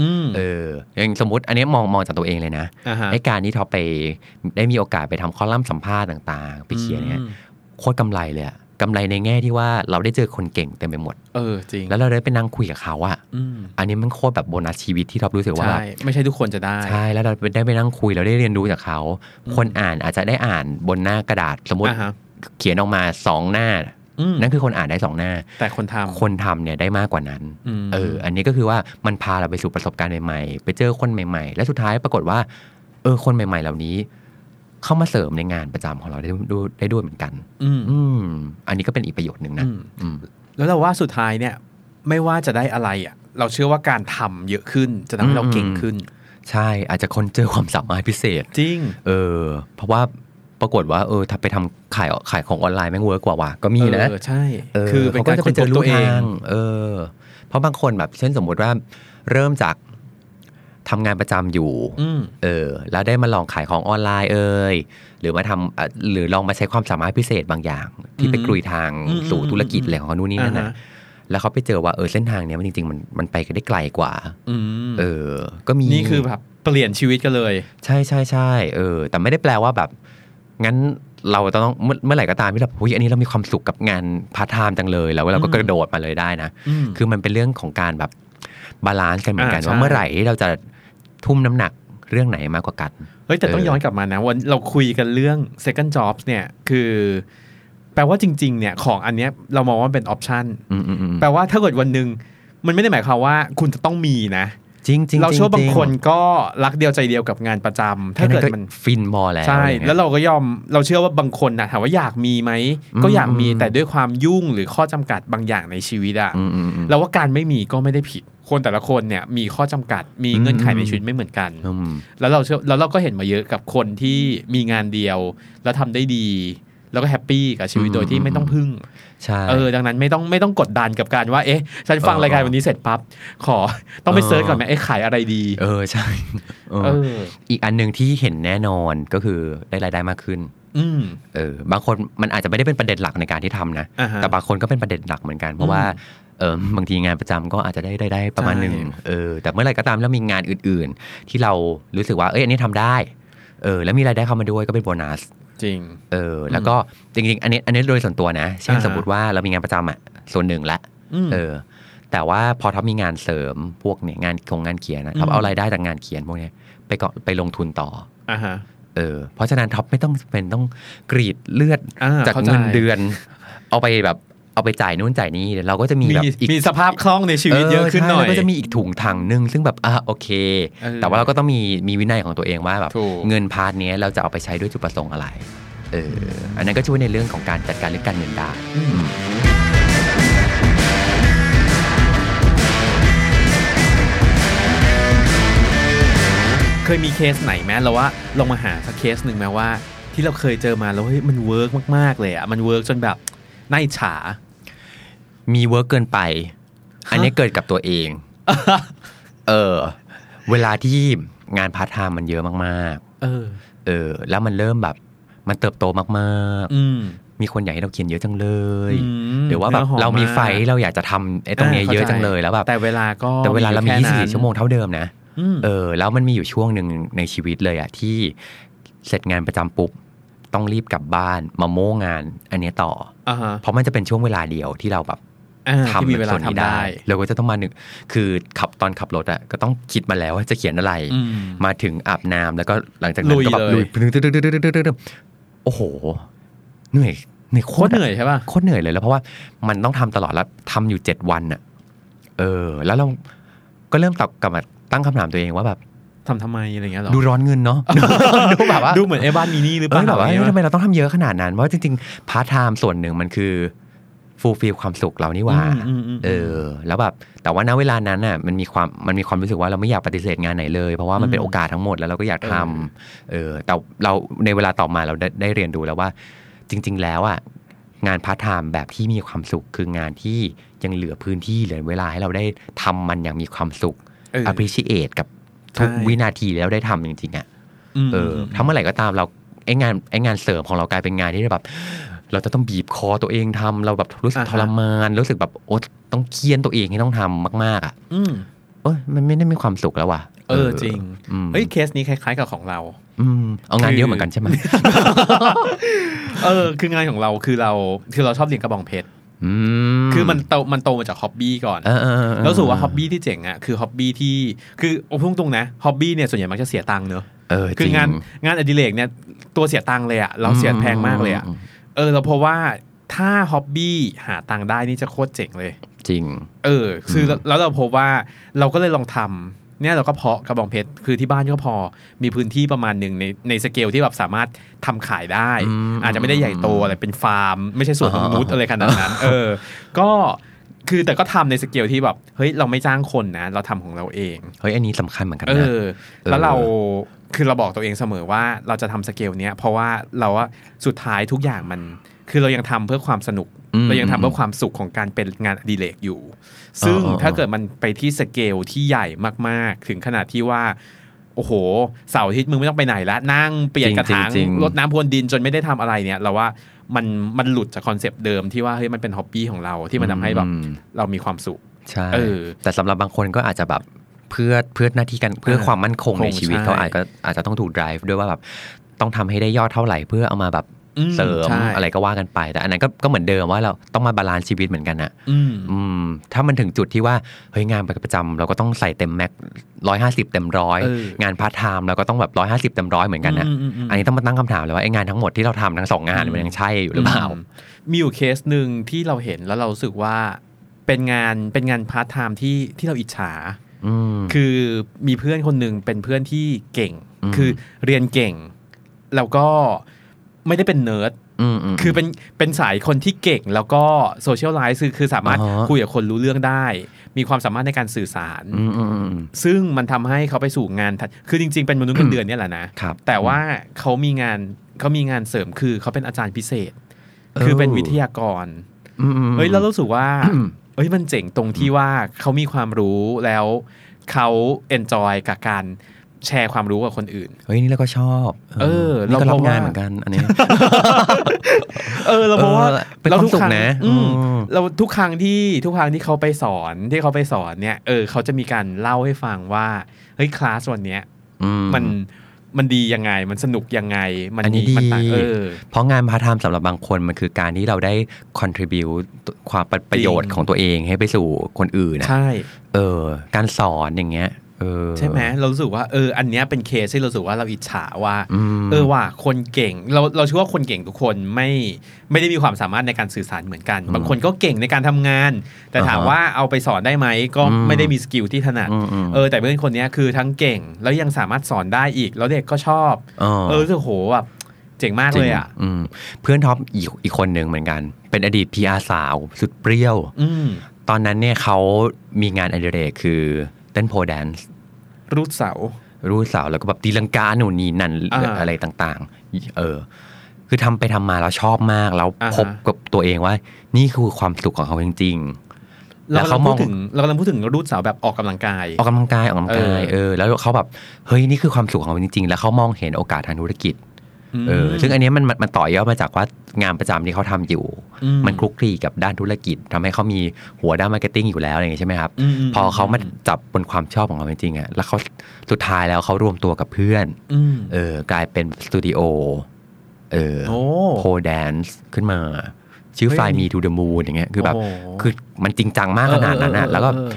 [SPEAKER 2] อืม
[SPEAKER 3] เอออย่างสมมติอันนี้มองมองจากตัวเองเลยนะ
[SPEAKER 2] อ่าฮะ
[SPEAKER 3] ไอการที่ท็อปไปได้มีโอกาสไปทำคอลัมน์สัมภาษณ์ต่างๆ ไปเขียนเนี่ย
[SPEAKER 2] อืม
[SPEAKER 3] โคตรกำไรเลยอะกำไรในแง่ที่ว่าเราได้เจอคนเก่งเต็มไปหมด
[SPEAKER 2] เออจริง
[SPEAKER 3] แล้วเราได้ไปนั่งคุยกับเขาอะ
[SPEAKER 2] อืม
[SPEAKER 3] อันนี้มันโคตรแบบโบนัสชีวิตที่ท็อปรู้สึกว่า
[SPEAKER 2] ใช่
[SPEAKER 3] แบบ
[SPEAKER 2] ไม่ใช่ทุกคนจะได้
[SPEAKER 3] ใช่แล้วเราได้ไปนั่งคุยเราได้เรียนรู้จากเขา คนอ่านอาจจะได้อ่านบนหน้ากระดาษสมมติ
[SPEAKER 2] อ่าฮะ
[SPEAKER 3] เขียนออกมาสองหน้า
[SPEAKER 2] อืม
[SPEAKER 3] นั่นคือคนอ่านได้สองหน้า
[SPEAKER 2] แต่คนทำ
[SPEAKER 3] คนทำเนี่ยได้มากกว่านั้น
[SPEAKER 2] อืม
[SPEAKER 3] เออ อันนี้ก็คือว่ามันพาเราไปสู่ประสบการณ์ใหม่ๆ ไปเจอคนใหม่ๆ และสุดท้ายปรากฏว่า เออ คนใหม่ ๆ เหล่านี้ เข้ามาเสริมในงานประจำของเราได้ด้วยได้ด้วยเหมือนกัน
[SPEAKER 2] อืม
[SPEAKER 3] อืม อันนี้ก็เป็นอีกประโยชน์หนึ่งนะ
[SPEAKER 2] อืม
[SPEAKER 3] อืม
[SPEAKER 2] แล้วเราว่าสุดท้ายเนี่ยไม่ว่าจะได้อะไรอ่ะเราเชื่อว่าการทำเยอะขึ้นจะทำให้เรา
[SPEAKER 3] อืม
[SPEAKER 2] เก่งขึ้น
[SPEAKER 3] ใช่ อาจจะคนเจอความสามารถพิเศษ
[SPEAKER 2] จริง
[SPEAKER 3] เออ เพราะว่าปรากฏว่า เออ ถ้าไปทำขายขายของออนไลน์แม่งเวิร์กกว่าว่ะก็มีนะ
[SPEAKER 2] เออใช่
[SPEAKER 3] เออ
[SPEAKER 2] คือเป็น
[SPEAKER 3] ข
[SPEAKER 2] การ
[SPEAKER 3] จะ
[SPEAKER 2] ค้นพบตัวเอง
[SPEAKER 3] ทางเออ เพราะบางคนแบบเช่นสมมุติว่า เริ่มจากทำงานประจำอยู่
[SPEAKER 2] อืม
[SPEAKER 3] เออ แล้วได้มาลองขายของออนไลน์เอ่ยหรือมาทำอ่ะหรือลองมาใช้ความสามารถพิเศษบางอย่าง ที่ไปกลุยทาง
[SPEAKER 2] อืม
[SPEAKER 3] สู่ธุรกิจ
[SPEAKER 2] อืม
[SPEAKER 3] อะไรของเขานู่นนี่นั่น
[SPEAKER 2] อ่า
[SPEAKER 3] นะ
[SPEAKER 2] ฮะ
[SPEAKER 3] แล้วเขาไปเจอว่าเออเส้นทางเนี้ยมันจริงๆมันมันไปได้ไกลกว่า
[SPEAKER 2] อืม
[SPEAKER 3] เออ ก็มี
[SPEAKER 2] นี่คือแบบเปลี่ยนชีวิตกันเลย
[SPEAKER 3] ใช่ใช่ใช่เออ แต่ไม่ได้แปลว่าแบบ งั้นเราต้องเมื่อเมื่อไหร่ก็ตามที่เราอุ้ยอันนี้เรามีความสุขกับงานพาร์ทไทม์จังเลยแล้วเราก็
[SPEAKER 2] อืม
[SPEAKER 3] กระโดดมาเลยได้นะ
[SPEAKER 2] อืม
[SPEAKER 3] คือมันเป็นเรื่องของการแบบบาลานซ์กันเหมือนกัน
[SPEAKER 2] อ่าใช่
[SPEAKER 3] ว่าเมื่อไหร่ที่เราจะทุ่มน้ำหนักเรื่องไหนมากกว่ากัน
[SPEAKER 2] เฮ้ยแต่ต้อง
[SPEAKER 3] เออ
[SPEAKER 2] ย้อนกลับมานะวันเราคุยกันเรื่อง second jobs เนี่ยคือ แปลว่าจริง ๆ เนี่ยของอันเนี้ยเรามองว่ามันเป็นออปชัน
[SPEAKER 3] อืมอืมอืม
[SPEAKER 2] แปลว่าถ้าเกิดวันหนึ่งมันไม่ได้หมายความว่าคุณจะต้องมีนะ
[SPEAKER 3] จริงจริง
[SPEAKER 2] เราเชื่อว่า
[SPEAKER 3] จ
[SPEAKER 2] บาง
[SPEAKER 3] ริ
[SPEAKER 2] คนก็รักเดียวใจเดียวกับงานประจำถ้า
[SPEAKER 3] แค่
[SPEAKER 2] เกิดมัน
[SPEAKER 3] ฟินพอแล้ว
[SPEAKER 2] ใช่
[SPEAKER 3] อะไรเงี้ย
[SPEAKER 2] แล้วเราก็ยอมเราเชื่อว่าบางคนนะถามว่าอยากมีไหม ก็
[SPEAKER 3] อืม
[SPEAKER 2] อยากมี
[SPEAKER 3] อืม
[SPEAKER 2] แต่ด้วยความยุ่งหรือข้อจำกัดบางอย่างในชีวิตอะ
[SPEAKER 3] อืมอืมอืม
[SPEAKER 2] เราว่าการไม่มีก็ไม่ได้ผิด คนแต่ละคนเนี่ยมีข้อจำกัดมีเงื่อนไข
[SPEAKER 3] อืม
[SPEAKER 2] ในชีวิตไม่เหมือนกัน
[SPEAKER 3] อืม
[SPEAKER 2] แล้วเราเชื่อแล้วเราก็เห็นมาเยอะกับคนที่มีงานเดียว แล้วทำได้ดี แล้วก็แฮปปี้กับชีวิตโดยที่ไม่ต้องพึ่ง
[SPEAKER 3] ใช่
[SPEAKER 2] เออดังนั้นไม่ต้องไม่ต้องกดดันกับการว่าเอ๊ะฉันฟัง
[SPEAKER 3] เออ
[SPEAKER 2] รายการวันนี้เสร็จปั๊บขอต้องไป
[SPEAKER 3] เออ
[SPEAKER 2] เซิร์ชก่อนไหมเอ๊ะขายอะไรดี
[SPEAKER 3] เออใช่เออ
[SPEAKER 2] เออ
[SPEAKER 3] อีกอันหนึ่งที่เห็นแน่นอนก็คือได้รายได้มากขึ้น
[SPEAKER 2] อืม
[SPEAKER 3] เออบางคนมันอาจจะไม่ได้เป็นประเด็นหลักในการที่ทำนะ
[SPEAKER 2] อ่าฮะ
[SPEAKER 3] แต่บางคนก็เป็นประเด็นหลักเหมือนกัน เพราะว่าเออบางทีงานประจำก็อาจจะได้ได้ได้ประมาณหนึ่ง
[SPEAKER 2] ใช่
[SPEAKER 3] เออแต่เมื่อไหร่ก็ตามแล้วมีงานอื่น ๆ ที่เรารู้สึกว่าเอ้ยอันนี้ทำได้เออแล้วมีรายได้เข้ามาด้วยก็เป็นโบนัส
[SPEAKER 2] จริง
[SPEAKER 3] เออแล้วก็จริงๆ อันนี้อันนี้โดยส่วนตัวนะ เช่น
[SPEAKER 2] อ่าฮะ
[SPEAKER 3] สมมติว่าเรามีงานประจำอ่ะส่วนหนึ่งละ
[SPEAKER 2] อืม
[SPEAKER 3] เออ แต่ว่าพอถ้ามีงานเสริมพวกเนี่ยงานของงานเขียนนะ
[SPEAKER 2] อืม
[SPEAKER 3] ท็อปเอารายได้จากงานเขียนพวกเนี้ยไปก็ไปลงทุนต่อ
[SPEAKER 2] อ่าฮะ
[SPEAKER 3] เออ เพราะฉะนั้นท็อปไม่ต้องเป็นต้องกรีดเลือด
[SPEAKER 2] อ่า
[SPEAKER 3] จาก
[SPEAKER 2] เข้าใจ
[SPEAKER 3] เงินเดือน เอาไปแบบเอาไปจ่ายนู่นจ่ายนี่เดี๋ยวเราก็จะมีแบบอีก
[SPEAKER 2] มีสภาพคล่องในชีวิตเยอะขึ้นหน่อย
[SPEAKER 3] ใช่แล้วก็จะมีอีกถุงถังหนึงซึ่งแบบอ่ะโอเค
[SPEAKER 2] เออ
[SPEAKER 3] แต่ว่าเราก็ต้องมีมีวินัยของตัวเองว่าแบบ
[SPEAKER 2] ถูก
[SPEAKER 3] เงินพาร์ทเนี้ยเราจะเอาไปใช้ด้วยจุดประสงค์อะไร เออ อันนั้นก็ช่วยในเรื่องของการจัดการเรื่องการเงินได้
[SPEAKER 2] เคยมีเคสไหนไหมเราว่าลองมาหาสักเคสหนึ่งไหมว่า ที่เราเคยเจอมาแล้วเฮ้ยมันเวิร์กมาก ๆ เลยอ่ะ มันเวิร์กจนแบบน่าอิจฉา
[SPEAKER 3] มีเวิร์กเกินไป อันนี้เกิดกับตัวเอง เออ เวลาที่งานพาร์ทไทม์มันเยอะมาก
[SPEAKER 2] เออ
[SPEAKER 3] ๆ เออ แล้วมันเริ่มแบบ มันเติบโตมาก
[SPEAKER 2] อืม
[SPEAKER 3] ๆ มีคนอยากให้เราเขียนเยอะจังเลย
[SPEAKER 2] อืม
[SPEAKER 3] หรือว่าแบบ
[SPEAKER 2] เนื้อหอม
[SPEAKER 3] เรามี
[SPEAKER 2] มาก
[SPEAKER 3] ไฟท์เราอยากจะทำไอ้ตรงเนี้ยเยอะจังเลยแล้วแบบ
[SPEAKER 2] แต่เวลาก็
[SPEAKER 3] แต่เวลาเรามี
[SPEAKER 2] แค่นั้น
[SPEAKER 3] 24 ชั่วโมงเท่าเดิมนะ
[SPEAKER 2] อืม
[SPEAKER 3] เออ แล้วมันมีอยู่ช่วงหนึ่งในชีวิตเลยอะที่เสร็จงานประจำปุ๊บ ต้องรีบกลับบ้านมาโม่งานอันเนี้ยต่อ
[SPEAKER 2] อ่าฮะ
[SPEAKER 3] เพราะมันจะเป็นช่วงเวลาเดียวที่เราแบบ
[SPEAKER 2] อ่า
[SPEAKER 3] ทำ
[SPEAKER 2] ที่มีเวลา
[SPEAKER 3] ส่น
[SPEAKER 2] ทำ
[SPEAKER 3] นี้
[SPEAKER 2] ได้
[SPEAKER 3] เราก็จะต้องมาหนึ่งคือขับตอนขับรถอะก็ต้องคิดมาแล้วว่าจะเขียนอะไร
[SPEAKER 2] อืม
[SPEAKER 3] มาถึงอาบน้ำแล้วก็หลังจากนั้นก็แบบ
[SPEAKER 2] ลุ
[SPEAKER 3] ลุ
[SPEAKER 2] ย
[SPEAKER 3] ย
[SPEAKER 2] เลย
[SPEAKER 3] ตึ๊ดๆๆๆๆๆๆโอ้โห เหนื่อยเหนื่อยโค
[SPEAKER 2] โค
[SPEAKER 3] ต
[SPEAKER 2] ต
[SPEAKER 3] ร
[SPEAKER 2] ร
[SPEAKER 3] อะ
[SPEAKER 2] เหนื่อยใช่ป่ะ
[SPEAKER 3] โคตรเหนื่อยเลยแล้วเพราะว่ามันต้องทำตลอดแล้วทำอยู่เจ็ดวันอะเออ แล้วเราก็เริ่มตอบกลับมาตั้งคำถามตัวเองว่าแบบ
[SPEAKER 2] ทำทำไมอะไรเงี้ยเหรอ
[SPEAKER 3] ดูร้อนเงินเนาะ ดูแบบว่า
[SPEAKER 2] ดูเหมือนไอ้บ้านมินี่หรือเป
[SPEAKER 3] เอ
[SPEAKER 2] ล่า
[SPEAKER 3] อแบบว่า
[SPEAKER 2] อะไรเงี้ย
[SPEAKER 3] ทำไมเราต้องทำเยอะขนาดนั้น เพราะจริงๆพาร์ทไทม์ส่วนหนึ่งมันคือฟูลฟิลความสุขเรานี่หว่า
[SPEAKER 2] อืมมม
[SPEAKER 3] เออ แล้วแบบแต่ว่าณเวลานั้นน่ะมันมีความมันมีความรู้สึกว่าเราไม่อยากปฏิเสธงานไหนเลย เพราะว่ามันเป็นโอกาสทั้งหมดแล้วเราก็อยากทำเออ แต่เราในเวลาต่อมาเราได้ได้เรียนรู้แล้วว่า จริง ๆ แล้วอ่ะงานพาร์ทไทม์แบบที่มีความสุขคืองานที่ยังเหลือพื้นที่เหลือเวลาให้เราได้ทำมันอย่างมีความสุข
[SPEAKER 2] เออ
[SPEAKER 3] appreciate กับทุก
[SPEAKER 2] ใช่
[SPEAKER 3] วินาทีแล้วได้ทำจริงๆอ่ะ
[SPEAKER 2] ม
[SPEAKER 3] เออถ้าเมื่อไหร่ก็ตามเราไอ้งานไอ้งานเสริมของเรากลายเป็นงานที่แบบ เราจะต้องบีบคอตัวเองทำเราแบบรู้สึกทรมานรู้สึกแบบโอ๊ยต้องเคียนตัวเองให้ต้องทำมาก ๆอ่ะ
[SPEAKER 2] อืม
[SPEAKER 3] เอ้ยมันไม่ได้มีความสุขแล้วว่ะ
[SPEAKER 2] เออจริง
[SPEAKER 3] อืม
[SPEAKER 2] เฮ้ยเคสนี้คล้าย ๆ กับของเรา
[SPEAKER 3] อืมเอางานเยอะเหมือนกันใช่ไหม
[SPEAKER 2] เออ คืองานของเราคือเราคือเราชอบเลี้ยงกระบองเพชร
[SPEAKER 3] อื
[SPEAKER 2] คือมันโตมันโตมาจากฮ็อบบี้ก่อน
[SPEAKER 3] เออเออเออ
[SPEAKER 2] แล้วรู้สูว่าฮ็อบบี้ที่เจ๋งอ่ะคือฮ็อบบี้ที่คือโอ้พุ่งตรงๆนะฮ็อบบี้เนี่ยส่วนใหญ่มักจะเสียตังค์เนอะ
[SPEAKER 3] เออ
[SPEAKER 2] คื
[SPEAKER 3] จ
[SPEAKER 2] อ
[SPEAKER 3] ริ
[SPEAKER 2] งานงานอดิเรกเนี่ยตัวเสียตังค์เลยอ่ะเราเสียแพงมากเลยอ่ะเออเราเพราะว่าถ้าฮ็อบบี้หาตังค์ได้นี่จะโคตรเจ๋งเลย
[SPEAKER 3] จริง
[SPEAKER 2] เออคืออ
[SPEAKER 3] ม
[SPEAKER 2] แล้วเราพบว่าเราก็เลยลองทำเนี่ยเราก็เพาะกระบองเพชรคือที่บ้านก็พอมีพื้นที่ประมาณหนึ่งในในสเกลที่แบบสามารถทำขายได้ อาจจะไม่ได้ใหญ่โตอะไรเป็นฟาร์ม ไม่ใช่สวนของนุษอะไรขนาดนั้น เอ อ ก็คือแต่ก็ทำในสเกลที่แบบเฮ้ยเราไม่จ้างคนนะ เราทำของเราเอง
[SPEAKER 3] เฮ้ยอันนี้สำคัญเหมือนกัน
[SPEAKER 2] เอ
[SPEAKER 3] นะ
[SPEAKER 2] อ แล้วเรา
[SPEAKER 3] เอ
[SPEAKER 2] คือเราบอกตัวเองเสมอว่าเราจะทำสเกลเนี้ยเพราะว่าเราว่าสุดท้ายทุกอย่างมัน คือเรายังทำเพื่อความสนุก
[SPEAKER 3] ม
[SPEAKER 2] เรายังทำเพื่อความสุขของการเป็นงานอดิเรกอยู่ ซึ่ง
[SPEAKER 3] เออเออ
[SPEAKER 2] ถ้าเกิดมันไปที่สเกลที่ใหญ่มากๆ ถึงขนาดที่ว่า โอ้โห เสาร์อาทิตย์มึงไม่ต้องไปไหนละนั่งเปลี่ยนกระถาง
[SPEAKER 3] จริงๆ
[SPEAKER 2] รดน้ำพรวนดินจนไม่ได้ทำอะไรเนี่ย เราว่ามันมันหลุดจากคอนเซปต์เดิมที่ว่าเฮ้ยมันเป็นฮ็อบบี้ของเราที่มันทำให้แบบ
[SPEAKER 3] อืม
[SPEAKER 2] เรามีความสุข
[SPEAKER 3] ใช่
[SPEAKER 2] เออ
[SPEAKER 3] แต่สำหรับบางคนก็อาจจะแบบเพื่อเพื่อหน้าที่กันเพื่อความมั่นคง
[SPEAKER 2] คง
[SPEAKER 3] ในชีวิต
[SPEAKER 2] ใช่
[SPEAKER 3] เขาอาจก็อาจจะต้องถูก drive ด้วยว่าแบบต้องทำให้ได้ยอดเท่าไหร่เพื่อเอามาแบบ
[SPEAKER 2] อื
[SPEAKER 3] เสริม
[SPEAKER 2] ใช่
[SPEAKER 3] อะไรก็ว่ากันไป แต่อันนั้นก็ก็เหมือนเดิมว่าเราต้องมาบาลานซ์ชีวิตเหมือนกันอะ
[SPEAKER 2] อืม
[SPEAKER 3] อืม ถ้ามันถึงจุดที่ว่าเฮ้ยงานประจำเราก็ต้องใส่เต็มแม็กร้อยห้าสิบเต็มร้อย
[SPEAKER 2] เออ
[SPEAKER 3] งานพาร์ทไทม์เราก็ต้องแบบร้อยห้าสิบ150 เต็มร้อยเหมือนกันอะ
[SPEAKER 2] มม
[SPEAKER 3] อันนี้ต้องมาตั้งคำถามเลยว่าไอ้งานทั้งหมดที่เราทำทั้งสองงานมันยังใช่อยู่หรือเปล่า
[SPEAKER 2] มมีอยู่เคสหนึ่งที่เราเห็นแล้วเรารู้สึกว่าเป็นงานเป็นงานพาร์ทไทม์ที่ที่เราอิจฉา
[SPEAKER 3] อืม
[SPEAKER 2] คือมีเพื่อนคนหนึ่งเป็นเพื่อนที่เก่ง
[SPEAKER 3] อืม
[SPEAKER 2] คือเรียนเก่ง แล้วก็ไม่ได้เป็นเนิร์ด
[SPEAKER 3] อืมม
[SPEAKER 2] คือเป็นเป็นสายคนที่เก่ง แล้วก็โซเชียลไลฟ์คือคือสามารถ
[SPEAKER 3] อ่าฮะ
[SPEAKER 2] คุยกับคนรู้เรื่องได้ มีความสามารถในการสื่อสาร
[SPEAKER 3] อืมอืมอืม
[SPEAKER 2] ซึ่งมันทำให้เขาไปสู่งานทันคือจริง ๆ เป็นมนุษย์เงินเดือนเนี่ยแหละนะ
[SPEAKER 3] ครับ
[SPEAKER 2] แต่ว่าเขามีงานเขามีงานเสริมคือเขาเป็นอาจารย์พิเศษ
[SPEAKER 3] เออ
[SPEAKER 2] คือเป็นวิทยากร
[SPEAKER 3] อืมอืมอืม
[SPEAKER 2] เฮ้ยเรารู้สึกว่าเอ้ยมันเจ๋งตรงที่ว่าเขามีความรู้แล้วเขา enjoy กับการ แชร์ความรู้กับคนอื่น
[SPEAKER 3] เฮ้ยนี่เราก็ชอบ
[SPEAKER 2] เออ
[SPEAKER 3] นี่ก็
[SPEAKER 2] เรา
[SPEAKER 3] รั
[SPEAKER 2] เพ
[SPEAKER 3] บ
[SPEAKER 2] ราะว่า
[SPEAKER 3] งานเหมือนกัน อันนี้
[SPEAKER 2] เออเราเพราะว่า
[SPEAKER 3] เออเป็นความสุขนะ
[SPEAKER 2] อืม
[SPEAKER 3] อืม
[SPEAKER 2] เราทุกครั้งที่ทุกครั้งที่เขาไปสอนที่เขาไปสอนเนี่ยเออเขาจะมีการเล่าให้ฟังว่าเฮ้ยคลาสวันเนี้ย
[SPEAKER 3] อื
[SPEAKER 2] มันมันดียังไง มันสนุกยังไง มัน
[SPEAKER 3] อันนี้
[SPEAKER 2] มัต่าง
[SPEAKER 3] ดี
[SPEAKER 2] เออ
[SPEAKER 3] เพราะงานพาร์ทไทม์สำหรับบางคนมันคือการที่เราได้ contribute ตัวความประประโยช
[SPEAKER 2] จริ
[SPEAKER 3] น์
[SPEAKER 2] ง
[SPEAKER 3] ของตัวเองให้ไปสู่คนอื่นนะ
[SPEAKER 2] ใช่
[SPEAKER 3] เออ การสอนอย่างเงี้ย เออ
[SPEAKER 2] ใช่ไหมเรารู้สึกว่าเอออันเนี้ยเป็นเคสที่เรารู้สึกว่าเราอิจฉาว่า
[SPEAKER 3] อืม
[SPEAKER 2] เออว่าคนเก่งเราเราเชื่อว่าคนเก่งทุกคนไม่ไม่ได้มีความสามารถในการสื่อสารเหมือนกัน บางคนก็เก่งในการทำงาน แต่ถาม
[SPEAKER 3] อ่าฮะ
[SPEAKER 2] ว่าเอาไปสอนได้ไหมก็
[SPEAKER 3] อืม
[SPEAKER 2] ไม่ได้มีสกิลที่ถนัด
[SPEAKER 3] อืมอืม
[SPEAKER 2] เออแต่เพื่อนคนเนี้ยคือทั้งเก่งแล้วยังสามารถสอนได้อีก แล้วเด็กก็ชอบ
[SPEAKER 3] เออ
[SPEAKER 2] เออรู้สึกโหแบบเจ๋งมากเลยอ่ะ
[SPEAKER 3] จริงมเพื่อนท็อปอีกอีกคนหนึ่งเหมือนกัน เป็นอดีต PR สาวสุดเปรี้ยว
[SPEAKER 2] อืม
[SPEAKER 3] ตอนนั้นเนี่ยเขามีงานอดิเรกคือเต้นโพแดนซ์
[SPEAKER 2] รูดเสา
[SPEAKER 3] รู้สาวแล้วก็แบบตีลังกาหนูนนี่นั่น
[SPEAKER 2] อ่า
[SPEAKER 3] อะไรต่างๆ เออ คือทำไปทำมาแล้วชอบมาก แล้ว
[SPEAKER 2] อ่าฮะ
[SPEAKER 3] พบกับตัวเองว่า นี่คือความสุขของเขาจริง ๆ
[SPEAKER 2] เรา
[SPEAKER 3] แล้ว
[SPEAKER 2] กำลั
[SPEAKER 3] เขา
[SPEAKER 2] ง
[SPEAKER 3] ม
[SPEAKER 2] พู
[SPEAKER 3] อ
[SPEAKER 2] ด
[SPEAKER 3] ง
[SPEAKER 2] ถึงเรากำลังพูดถึงรูดเสาแบบออกกำลังกาย
[SPEAKER 3] ออกกำลังกายออกกำลังกาย
[SPEAKER 2] เออ
[SPEAKER 3] เออ แล้วเขาแบบเฮ้ยนี่คือความสุขของเขาจริงๆ แล้วเขามองเห็นโอกาสทางธุรกิจ เออซึ่งอันเนี้ยมันมันมันต่อยอดมาจากว่างานประจำที่เขาทำอยู่
[SPEAKER 2] อืม
[SPEAKER 3] มันคลุกคลีกับด้านธุรกิจทำให้เขามีหัวด้านมาร์เก็ตติ้งอยู่แล้วอะไรอย่างเงี้ยใช่ไหมครับ
[SPEAKER 2] มม
[SPEAKER 3] พอเขามาจับบนความชอบของเขาจริงๆอะแล้วเขาสุดท้ายแล้วเขารวมตัวกับเพื่อน
[SPEAKER 2] อืม
[SPEAKER 3] เออกลายเป็นสตูดิโอเออ
[SPEAKER 2] โอ้
[SPEAKER 3] โพแดนซ์ขึ้นมา ชื่อ
[SPEAKER 2] เฮ้ย
[SPEAKER 3] ไฟมีทูเดมูนอย่างเงี้ยคือแบบ
[SPEAKER 2] โอ้โห
[SPEAKER 3] คือมันจริงจังมากขนาดนั้นอะแล้วก็
[SPEAKER 2] เออ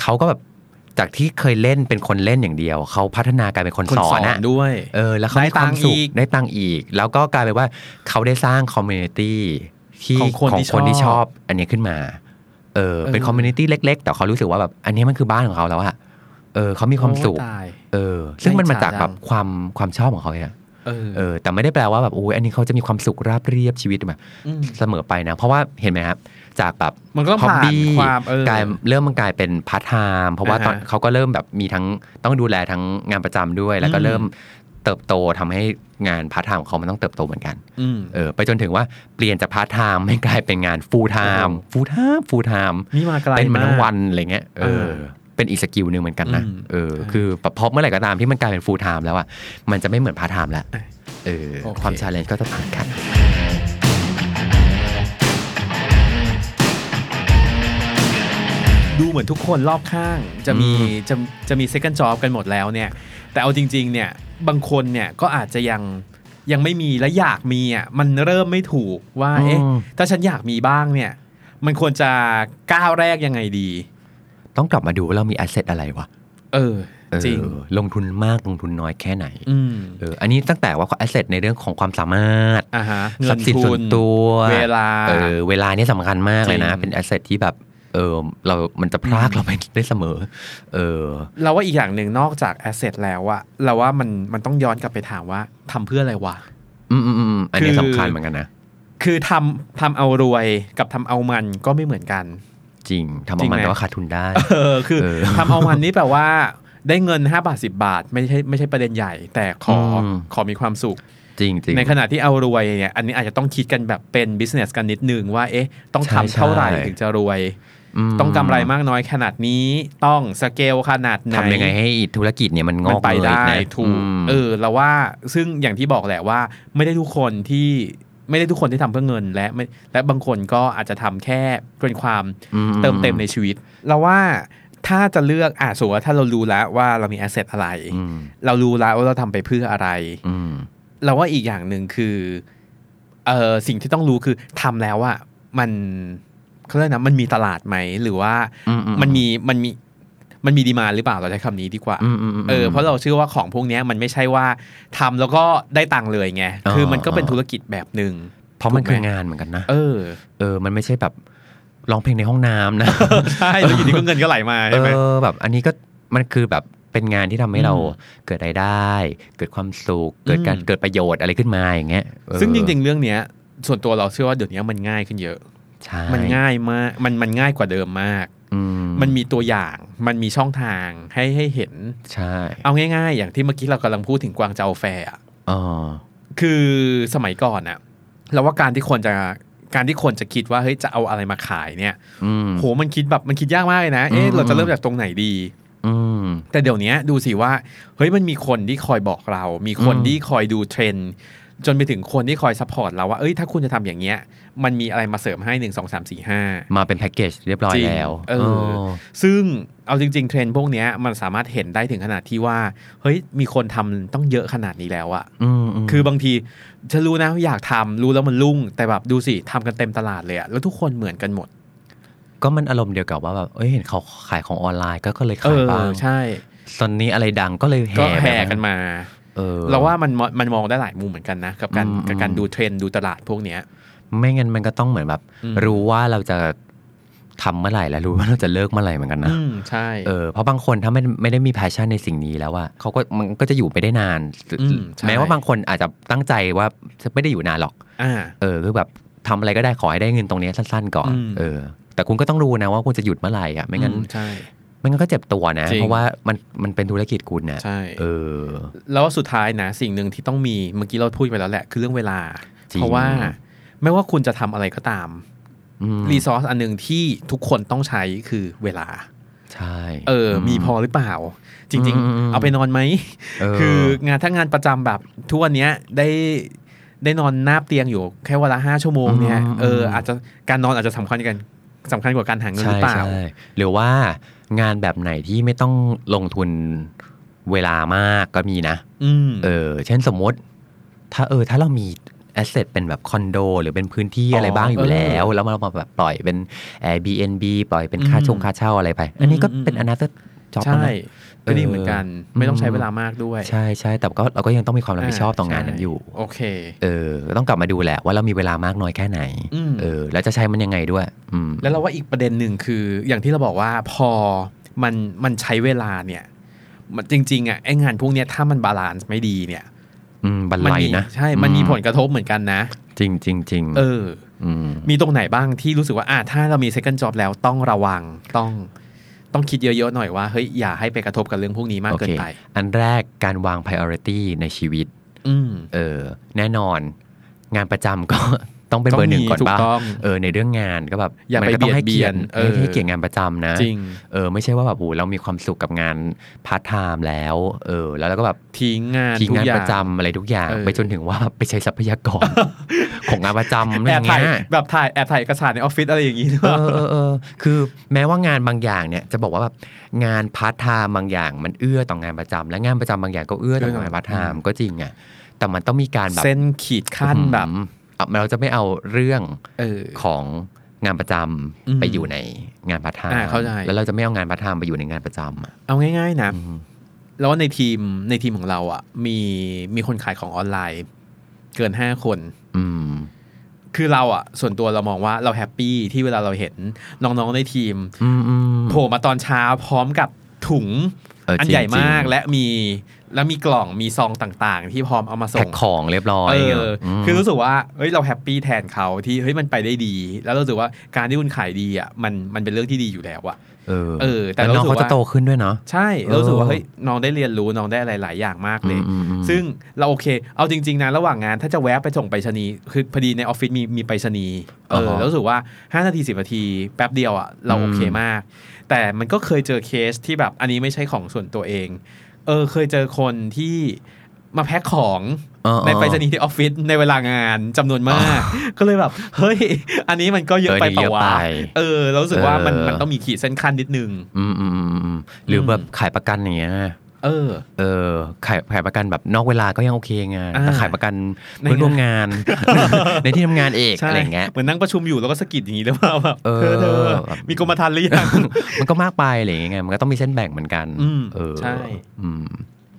[SPEAKER 3] เขาก็แบบจากที่เคยเล่นเป็นคนเล่นอย่างเดียว เขาพัฒนากลายเป็นคน
[SPEAKER 2] คน
[SPEAKER 3] สอ
[SPEAKER 2] สอน น
[SPEAKER 3] อะ
[SPEAKER 2] ด้วย
[SPEAKER 3] เออแล้วเขา
[SPEAKER 2] ได้
[SPEAKER 3] ได้ตัง
[SPEAKER 2] ตังค์
[SPEAKER 3] สุข
[SPEAKER 2] อีก
[SPEAKER 3] ได้ตังค์อีก แล้วก็กลายเป็นว่าเขาได้สร้างคอมมูนิตี้ที่
[SPEAKER 2] ของคนที่
[SPEAKER 3] ที่
[SPEAKER 2] ช
[SPEAKER 3] ช
[SPEAKER 2] อ
[SPEAKER 3] อ
[SPEAKER 2] บบ
[SPEAKER 3] อันนี้ขึ้นมา เออ เป็น
[SPEAKER 2] เออ
[SPEAKER 3] คอมมูนิตี้เล็ก ๆ แต่เขารู้สึกว่าแบบอันนี้มันคือบ้านของเขาแล้วอะเออเขามีความสุข
[SPEAKER 2] โอ้ตาย
[SPEAKER 3] เออ ซึ่งมันมาจาก
[SPEAKER 2] น่าอิจฉา
[SPEAKER 3] แบบ
[SPEAKER 2] จัง
[SPEAKER 3] ความความชอบของเขาเนี่ย
[SPEAKER 2] เออ
[SPEAKER 3] เออ แต่ไม่ได้แปลว่าแบบโอ้ยอันนี้เขาจะมีความสุขราบเรียบชีวิตแบบ
[SPEAKER 2] ม
[SPEAKER 3] เสมอไปนะ เพราะว่าเห็นไหมครับ จากแบบ
[SPEAKER 2] มันก็ต้องผ่าน
[SPEAKER 3] hobby
[SPEAKER 2] ความเออ
[SPEAKER 3] กลายเริ่มมันกลายเป็นพาร์ทไทม์เพราะว่าตอน
[SPEAKER 2] อ่าฮะ
[SPEAKER 3] เขาก็เริ่มแบบมีทั้งต้องดูแลทั้งงานประจำด้วย แล้วก็
[SPEAKER 2] อืม
[SPEAKER 3] เริ่มเติบโตทำให้งานพาร์ทไทม์ของเขามันต้องเติบโตเหมือนกัน
[SPEAKER 2] อืม
[SPEAKER 3] เออไปจนถึงว่าเปลี่ยนจากพาร์ทไทม์ ให้กลายเป็นงานฟูลไทม์ฟูลไทม์ฟูลไทม์
[SPEAKER 2] นี่มาไกล
[SPEAKER 3] เป็นมันทั้งวัน
[SPEAKER 2] ก
[SPEAKER 3] อะไรเงี้ยเออ
[SPEAKER 2] เออ
[SPEAKER 3] เป็นอีกสกิลหนึ่งเหมือนกันนะ
[SPEAKER 2] อืม
[SPEAKER 3] เออคือแบบพอเมื่อไหร่ก็ตามที่มันกลายเป็นฟูลไทม์แล้วอ่ะมันจะไม่เหมือนพาร์ทไทม์แล้วเออ
[SPEAKER 2] โอเค
[SPEAKER 3] ความชาเลนจ์ก็จะต่างกัน
[SPEAKER 2] ดูเหมือนทุกคนรอบข้าง จะมี
[SPEAKER 3] อืม
[SPEAKER 2] จะจะมี second job กันหมดแล้วเนี่ย แต่เอาจริง ๆ เนี่ย บางคนเนี่ยก็อาจจะยังยังไม่มีและอยากมีอ่ะมันเริ่มไม่ถูกว่าเอ๊ะถ้าฉันอยากมีบ้างเนี่ย มันควรจะก้าวแรกยังไงดี
[SPEAKER 3] ต้องกลับมาดูว่าเรามีแอสเซทอะไรวะ
[SPEAKER 2] เออ
[SPEAKER 3] เออ
[SPEAKER 2] จริง
[SPEAKER 3] ลงทุนมากลงทุนน้อยแค่ไหน
[SPEAKER 2] อืม
[SPEAKER 3] เอออันนี้ตั้งแต่ว่าแอสเซทในเรื่องของความสามารถ
[SPEAKER 2] อ่าฮะเงิ
[SPEAKER 3] ทรัพ
[SPEAKER 2] น
[SPEAKER 3] ย์สิน
[SPEAKER 2] ทุ
[SPEAKER 3] ส่วน นตัว
[SPEAKER 2] เวลา
[SPEAKER 3] เออเวลานี่สำคัญมากเลย
[SPEAKER 2] จ
[SPEAKER 3] นะ
[SPEAKER 2] ริง
[SPEAKER 3] เป็นแอสเซทที่แบบเออเรา มันจะพรากเราไปได้เสมอ เออ
[SPEAKER 2] เราว่าอีกอย่างหนึ่งนอกจากแอสเซทแล้วอะเราว่ามันมันต้องย้อนกลับไปถามว่าทำเพื่ออะไรวะ
[SPEAKER 3] อืมอืมอืมอันนี้
[SPEAKER 2] คือ
[SPEAKER 3] สำคัญเหมือนกันนะ
[SPEAKER 2] คือทำทำเอารวยกับทำเอามันก็ไม่เหมือน กัน
[SPEAKER 3] จริงทำ
[SPEAKER 2] จริ
[SPEAKER 3] เอา
[SPEAKER 2] ง
[SPEAKER 3] มัน
[SPEAKER 2] ไหม
[SPEAKER 3] แต่ว่าขาดทุนได้
[SPEAKER 2] เออคือ
[SPEAKER 3] เออ
[SPEAKER 2] ทำเอามันนี่แปลว่า ได้เงิน 5 บาท 10 บาท ไม่ใช่ไม่ใช่ประเด็นใหญ่ แต่ขออ
[SPEAKER 3] ม
[SPEAKER 2] ขอมีความสุข
[SPEAKER 3] จริงจริง
[SPEAKER 2] ในขณะที่เอารวยเนี่ยอันนี้อาจจะต้องคิดกันแบบเป็นบิสเนสกันนิดนึงว่าเอ๊ะต้อง
[SPEAKER 3] ใช่
[SPEAKER 2] ทำเท่าไหร่
[SPEAKER 3] ใช่
[SPEAKER 2] ถึงจะรวย
[SPEAKER 3] ม
[SPEAKER 2] ต้องกำไรมากน้อยขนาดนี้ต้องสเกลขนาดไหน
[SPEAKER 3] ทำยังไงให้ธุรกิจเนี่ยมันง
[SPEAKER 2] มั
[SPEAKER 3] อน ก
[SPEAKER 2] ไปได้
[SPEAKER 3] เงยนะ
[SPEAKER 2] ถูก
[SPEAKER 3] ม
[SPEAKER 2] เออแล้วว่าซึ่งอย่างที่บอกแหละว่า ไม่ได้ทุกคนที่ไม่ได้ทุกคนที่ทำเพื่อเงินและไม่และบางคนก็อาจจะทำแค่เป็นความ
[SPEAKER 3] อืม
[SPEAKER 2] เติมเต็มในชีวิต เราว่าถ้าจะเลือกอ่ะสมมติว่าถ้าเรารู้แล้วว่าเรามีแอสเซทอะไร
[SPEAKER 3] ม
[SPEAKER 2] เรารู้แล้วว่าเราทำไปเพื่ออะไร
[SPEAKER 3] อืม
[SPEAKER 2] เราว่าอีกอย่างหนึ่งคือเออสิ่งที่ต้องรู้คือทำแล้วอะมันเขาเรียกนะมันมีตลาดไหมหรือว่า
[SPEAKER 3] อืมอืม
[SPEAKER 2] มันมีมันมีมันมีดีมาหรือเปล่าเราใช้คำนี้ดีกว่า
[SPEAKER 3] อืมมม
[SPEAKER 2] เออเพราะเราเชื่อว่าของพวกเนี้ยมันไม่ใช่ว่าทำแล้วก็ได้ตังค์เลยไง
[SPEAKER 3] อ่า
[SPEAKER 2] คือมันก็เป็นธุรกิจแบบหนึ่ง
[SPEAKER 3] เพราะมันคื
[SPEAKER 2] ถู
[SPEAKER 3] อก
[SPEAKER 2] ไห
[SPEAKER 3] งานเหมือนกันนะ
[SPEAKER 2] เออ
[SPEAKER 3] เออ มันไม่ใช่แบบร้องเพลงในห้องน้ำนะ
[SPEAKER 2] ใช่แล้วอยู่ดีก็เงินก็ไหลมา
[SPEAKER 3] เอ
[SPEAKER 2] ใช่ไหม
[SPEAKER 3] อแบบอันนี้ก็มันคือแบบเป็นงานที่ทำให้เราเกิดรายได้ เกิดความสุข เกิดการ
[SPEAKER 2] อืม
[SPEAKER 3] เกิดประโยชน์อะไรขึ้นมาอย่างเงี้ยเออ
[SPEAKER 2] ซึ่งจริงๆเรื่องเนี้ย ส่วนตัวเราเชื่อว่าเดี๋ยวนี้มันง่ายขึ้นเยอะ
[SPEAKER 3] ใช่
[SPEAKER 2] มันง่ายมากมันมันง่ายกว่าเดิมมาก
[SPEAKER 3] อืม
[SPEAKER 2] มันมีตัวอย่างมันมีช่องทางให้ให้เห็น
[SPEAKER 3] ใช่
[SPEAKER 2] เอาง่ายๆ อย่างที่เมื่อกี้เรากำลังพูดถึงกวางเจาแฟร์อะ
[SPEAKER 3] อ๋อ
[SPEAKER 2] คือสมัยก่อนอะเราว่าการที่คนจะการที่คนจะคิดว่าเฮ้ยจะเอาอะไรมาขายเนี่ย
[SPEAKER 3] อืม
[SPEAKER 2] โหมันคิดแบบมันคิดยากมากเลยนะเอ๊ะ
[SPEAKER 3] อืม
[SPEAKER 2] เราจะเริ่มจากตรงไหนดี
[SPEAKER 3] อืม
[SPEAKER 2] แต่เดี๋ยวเนี้ยดูสิว่าเฮ้ยมันมีคนที่คอยบอกเรา มีคน
[SPEAKER 3] อืม
[SPEAKER 2] ที่คอยดูเทรนด์จนไปถึงคนที่คอยซัพพอร์ตเราว่าเอ้ยถ้าคุณจะทำอย่างเงี้ย มันมีอะไรมาเสริมให้หนึ่งสองสามสี่ห้า
[SPEAKER 3] มาเป็นแพ็กเกจเรียบร้อย
[SPEAKER 2] จริง
[SPEAKER 3] แล้ว
[SPEAKER 2] เออ
[SPEAKER 3] โ
[SPEAKER 2] ซึ่งเอาจริง ๆ เทรนด์พวกเนี้ยมันสามารถเห็นได้ถึงขนาดที่ว่า เฮ้ย มีคนทำต้องเยอะขนาดนี้แล้วอะ
[SPEAKER 3] อืมม
[SPEAKER 2] คือบางทีฉันรู้นะอยากทำรู้แล้วมันรุ่ง แต่แบบดูสิทำกันเต็มตลาดเลยอะแล้วทุกคนเหมือนกันหมด
[SPEAKER 3] ก็มันอารมณ์เดียวกับว่าแบบเอ้ยเห็นเขาขายของออนไลน์ก็ก็เลย
[SPEAKER 2] เอ
[SPEAKER 3] ขาย
[SPEAKER 2] อ
[SPEAKER 3] บ้าง
[SPEAKER 2] ใช่
[SPEAKER 3] ตอนนี้อะไรดังก็เลย
[SPEAKER 2] ก็
[SPEAKER 3] แห่
[SPEAKER 2] แห่กันมา
[SPEAKER 3] เออ
[SPEAKER 2] เราว่ามันมมันมองได้หลายมุมเหมือนกันนะ กับการ
[SPEAKER 3] อืม
[SPEAKER 2] กับการดูเทรนด์ดูตลาดพวกเนี้ย
[SPEAKER 3] ไม่งั้นมันก็ต้องเหมือนแบบ
[SPEAKER 2] อืม
[SPEAKER 3] รู้ว่าเราจะทำเมื่อไหร่และรู้ว่าเราจะเลิกเมื่อไหร่เหมือนกันนะ
[SPEAKER 2] อืมใช่
[SPEAKER 3] เออเพราะบางคนถ้าไม่ไม่ได้มีแพชชั่นในสิ่งนี้แล้วอะเขาก็มันก็จะอยู่ไม่ได้นาน
[SPEAKER 2] อืมใช่
[SPEAKER 3] แม้ว่าบางคนอาจจะตั้งใจว่าจะไม่ได้อยู่นานหรอก
[SPEAKER 2] อ่า
[SPEAKER 3] เออคือแบบทำอะไรก็ได้ขอให้ได้เงินตรงนี้สั้นๆก่อน
[SPEAKER 2] อืม
[SPEAKER 3] เออ แต่คุณก็ต้องรู้นะว่าคุณจะหยุดเมื่อไหร่อะไม่งั้น
[SPEAKER 2] อืใช่
[SPEAKER 3] ไม่งั้นก็เจ็บตัวนะ
[SPEAKER 2] จริง
[SPEAKER 3] เพราะว่ามันมันเป็นธุรกิจคุณนะ
[SPEAKER 2] ใช่
[SPEAKER 3] เออ
[SPEAKER 2] แล้วสุดท้ายนะสิ่งหนึ่งที่ต้องมีเมื่อกี้เราพูดไปแล้วแหละ คือเรื่องเวลา
[SPEAKER 3] จริง
[SPEAKER 2] เพราะว่าไม่ว่าคุณจะทำอะไรก็ตาม
[SPEAKER 3] อืม
[SPEAKER 2] รีซอสอันหนึ่งที่ทุกคนต้องใช้คือเวลา
[SPEAKER 3] ใช่
[SPEAKER 2] เออ มีพอ
[SPEAKER 3] ม
[SPEAKER 2] หรือเปล่า จริง
[SPEAKER 3] อืม
[SPEAKER 2] ๆ เอาไปนอนไหม
[SPEAKER 3] เ
[SPEAKER 2] คืองานถ้างานประจำแบบทุกวันเนี้ยได้ได้นอนหน้าเตียงอยู่แค่วันละห้าชั่วโมงเนี่ย
[SPEAKER 3] อืม
[SPEAKER 2] เอออาจจะการนอนอาจจะสำคัญกันสำคัญกว่าการหาเงินห
[SPEAKER 3] ใช่
[SPEAKER 2] รือเปล่า
[SPEAKER 3] ใช่หรือว่างานแบบไหนที่ไม่ต้องลงทุนเวลามากก็มีนะ
[SPEAKER 2] อืม
[SPEAKER 3] เออเช่นสมมติ ถ้าเออถ้าเรามีแอสเซทเป็นแบบคอนโด หรือเป็นพื้นที่
[SPEAKER 2] อ๋ออ
[SPEAKER 3] อะไรบ้างอยู่แล้ว
[SPEAKER 2] เออ
[SPEAKER 3] แล้วเรามาแบบปล่อยเป็น Airbnb ปล่อยเป็นค่า
[SPEAKER 2] อืม
[SPEAKER 3] ชงค่าเช่าอะไรไป อันนี้ก็
[SPEAKER 2] อืม
[SPEAKER 3] เป็นอนาคตจ็อบ
[SPEAKER 2] ใช่
[SPEAKER 3] นะ
[SPEAKER 2] ก็ดีเหมือนกัน
[SPEAKER 3] เออ
[SPEAKER 2] ไม่ต้องใช้เวลามากด้วย
[SPEAKER 3] ใช่ใช่แต่ก็เราก็ยังต้องมีความรับผิดชอบต่องานนั้นอยู่
[SPEAKER 2] โอเค
[SPEAKER 3] เออก็ต้องกลับมาดูแหละว่าเรามีเวลามากน้อยแค่ไหน
[SPEAKER 2] อืม
[SPEAKER 3] เออแล้วจะใช้มันยังไงด้วย อืม
[SPEAKER 2] แล้วเราว่าอีกประเด็นหนึ่งคืออย่างที่เราบอกว่าพอมันมันใช้เวลาเนี่ยมันจริง ๆอ่ะไองานพวกเนี้ยถ้ามันบาลานซ์ไม่ดีเนี่ย
[SPEAKER 3] อืมบัน
[SPEAKER 2] มั
[SPEAKER 3] ไล
[SPEAKER 2] มี
[SPEAKER 3] นะ
[SPEAKER 2] ใช่ มันมี
[SPEAKER 3] อื
[SPEAKER 2] ผลกระทบเหมือนกันนะ
[SPEAKER 3] จริงจริงจริง
[SPEAKER 2] เออ
[SPEAKER 3] ม
[SPEAKER 2] มีตรงไหนบ้างที่รู้สึกว่าอ่ะถ้าเรามี second job แล้วต้องระวังต้อง ต้องคิดเยอะๆหน่อยว่าเฮ้ยอย่าให้ไปกระทบกับเรื่องพวกนี้มาก
[SPEAKER 3] โอ
[SPEAKER 2] เกิ
[SPEAKER 3] เคน
[SPEAKER 2] ไป
[SPEAKER 3] อันแรกการวาง priority ในชีวิต
[SPEAKER 2] อืม
[SPEAKER 3] เออแน่นอน งานประจำก็ ต้องเป็นเบอร์หนึ่งก่อน
[SPEAKER 2] ต้องมีถูก
[SPEAKER 3] ป่ะ
[SPEAKER 2] ต้อง
[SPEAKER 3] เออในเรื่องงานก็แบบ
[SPEAKER 2] อย่าไป
[SPEAKER 3] มันก็ต้องให้เกียรติ
[SPEAKER 2] เบียดเบียนเอ
[SPEAKER 3] เอ
[SPEAKER 2] อ
[SPEAKER 3] อให้เกียรติงานประจำนะ
[SPEAKER 2] จริง
[SPEAKER 3] เออไม่ใช่ว่าแบบโอ้เรามีความสุขกับงานพาร์ทไทม์แล้วเออแล้วเราก็แบบ
[SPEAKER 2] ทิ้งงาน
[SPEAKER 3] ทิ้ง
[SPEAKER 2] ทุก
[SPEAKER 3] งาน
[SPEAKER 2] อย่า
[SPEAKER 3] ประจำอะไรทุกอย่าง
[SPEAKER 2] เออ
[SPEAKER 3] ไปจนถึงว่าไปใช้ทรัพยาก ร ของงานประจำอะไร
[SPEAKER 2] แอ
[SPEAKER 3] อบ ย่าง
[SPEAKER 2] ถ่า
[SPEAKER 3] เงี้
[SPEAKER 2] ย
[SPEAKER 3] ย
[SPEAKER 2] แบบถ่ายแอบถ่ายเอกสารในออฟฟิศอะไรอย่างงี้ด้ว
[SPEAKER 3] เอย อเออเออคือแม้ว่างานบางอย่างเนี่ยจะบอกว่าแบบงานพาร์ทไทม์บางอย่าง มันเอื้อต่องานประจำและงานประจำบางอย่างก็เอื้อต่องานพาร์ทไทม์ก็จริงอ่ะแต่มันต้องมีการแบบ
[SPEAKER 2] เส้นขีดขั้นแบบ
[SPEAKER 3] อืมเอาเราจะไม่เอาเรื่อง
[SPEAKER 2] เออ
[SPEAKER 3] ของงานประจำ
[SPEAKER 2] อืม
[SPEAKER 3] ไปอยู่ในงานพาร์ทไทม์
[SPEAKER 2] อ่าเข้าใจ
[SPEAKER 3] แล้วเราจะไม่เอางานพาร์ทไทม์ไปอยู่ในงานประจำอะ
[SPEAKER 2] เอาง่ายๆนะ แล้วว่าในทีมในทีมของเราอ่ะมีมีคนขายของออนไลน์ เกินห้าคน
[SPEAKER 3] อืม
[SPEAKER 2] คือเราอ่ะ ส่วนตัวเรามองว่าเราแฮปปี้ที่เวลาเราเห็นน้องๆในทีม
[SPEAKER 3] อืมอืม
[SPEAKER 2] โผล่มาตอนเช้าพร้อมกับถุง
[SPEAKER 3] เอออั
[SPEAKER 2] นใหญ่
[SPEAKER 3] จริงๆ
[SPEAKER 2] มากและมีและมีกล่องมีซองต่างๆ ที่พร้อมเอามาส่
[SPEAKER 3] แพ็ค
[SPEAKER 2] ง
[SPEAKER 3] ของเรียบร้อย
[SPEAKER 2] เอออ
[SPEAKER 3] ม
[SPEAKER 2] คือรู้สึกว่าเฮ้ยเราแฮปปี้แทนเขาที่เฮ้ยมันไปได้ดี แล้วรู้สึกว่าการที่คุณขายดีอ่ะมันมันเป็นเรื่องที่ดีอยู่แล้วอ่ะ
[SPEAKER 3] เออ
[SPEAKER 2] เออแต่
[SPEAKER 3] ล้วน้อ
[SPEAKER 2] รู้
[SPEAKER 3] ง
[SPEAKER 2] สึก
[SPEAKER 3] เขาจะ
[SPEAKER 2] ว่า
[SPEAKER 3] โตขึ้นด้วยเนาะ
[SPEAKER 2] ใช่
[SPEAKER 3] เออ
[SPEAKER 2] รู้สึกว่าเฮ้ยน้องได้เรียนรู้น้องได้อะไรหลายอย่างมากเลย
[SPEAKER 3] อืมอืมอืม
[SPEAKER 2] ซึ่งเราโอเค เอาจริง ๆ นะระหว่างงานถ้าจะแวะไปส่งไปรษณีย์คือพอดีในออฟฟิศมีมีไปรษณีย์เออแล้วรู้สึกว่า 5 นาที 10 นาที แป๊บเดียวอ่ะเราโอเคมาก แต่มันก็เคยเจอเคสที่แบบอันนี้ไม่ใช่ของส่วนตัวเอง เออเคยเจอคนที่มาแพ็คของ
[SPEAKER 3] เออ
[SPEAKER 2] ในไปรษณีย์ที่ออฟฟิศในเวลางานจำนวนมาก ก็เลยแบบเฮ้ยอันนี้มันก็เยอะไป
[SPEAKER 3] เออ
[SPEAKER 2] เปล่า
[SPEAKER 3] นี่เยอะ
[SPEAKER 2] วะ
[SPEAKER 3] ไป
[SPEAKER 2] เออเรารู้สึกว่ามัน
[SPEAKER 3] เออ
[SPEAKER 2] มันต้องมีขีดเส้นขั้นนิดนึง
[SPEAKER 3] อืมอืมอืมอืมหรืออ
[SPEAKER 2] ม
[SPEAKER 3] แบบขายประกันอย่างเงี้ย
[SPEAKER 2] เออ
[SPEAKER 3] เออขายขายประกันแบบนอกเวลาก็ยังโอเคไง
[SPEAKER 2] อ่า
[SPEAKER 3] แต่ขายประกันเพื่อนร่วม งาน ในที่ทำงานเอก
[SPEAKER 2] ใช่
[SPEAKER 3] อะไรอย่างเงี้ย
[SPEAKER 2] เหมือนนั่งประชุมอยู่แล้วก็สะกิดอย่างนี้หรือเปล่าแบบ
[SPEAKER 3] เออ
[SPEAKER 2] เธอเธอมีกรมธรรม์หรือยัง
[SPEAKER 3] มันก็มากไปอะไรอย่างเงี้ยมันก็ต้องมีเส้นแบ่งเหมือนกัน
[SPEAKER 2] อืม
[SPEAKER 3] เออ
[SPEAKER 2] ใช่
[SPEAKER 3] อืม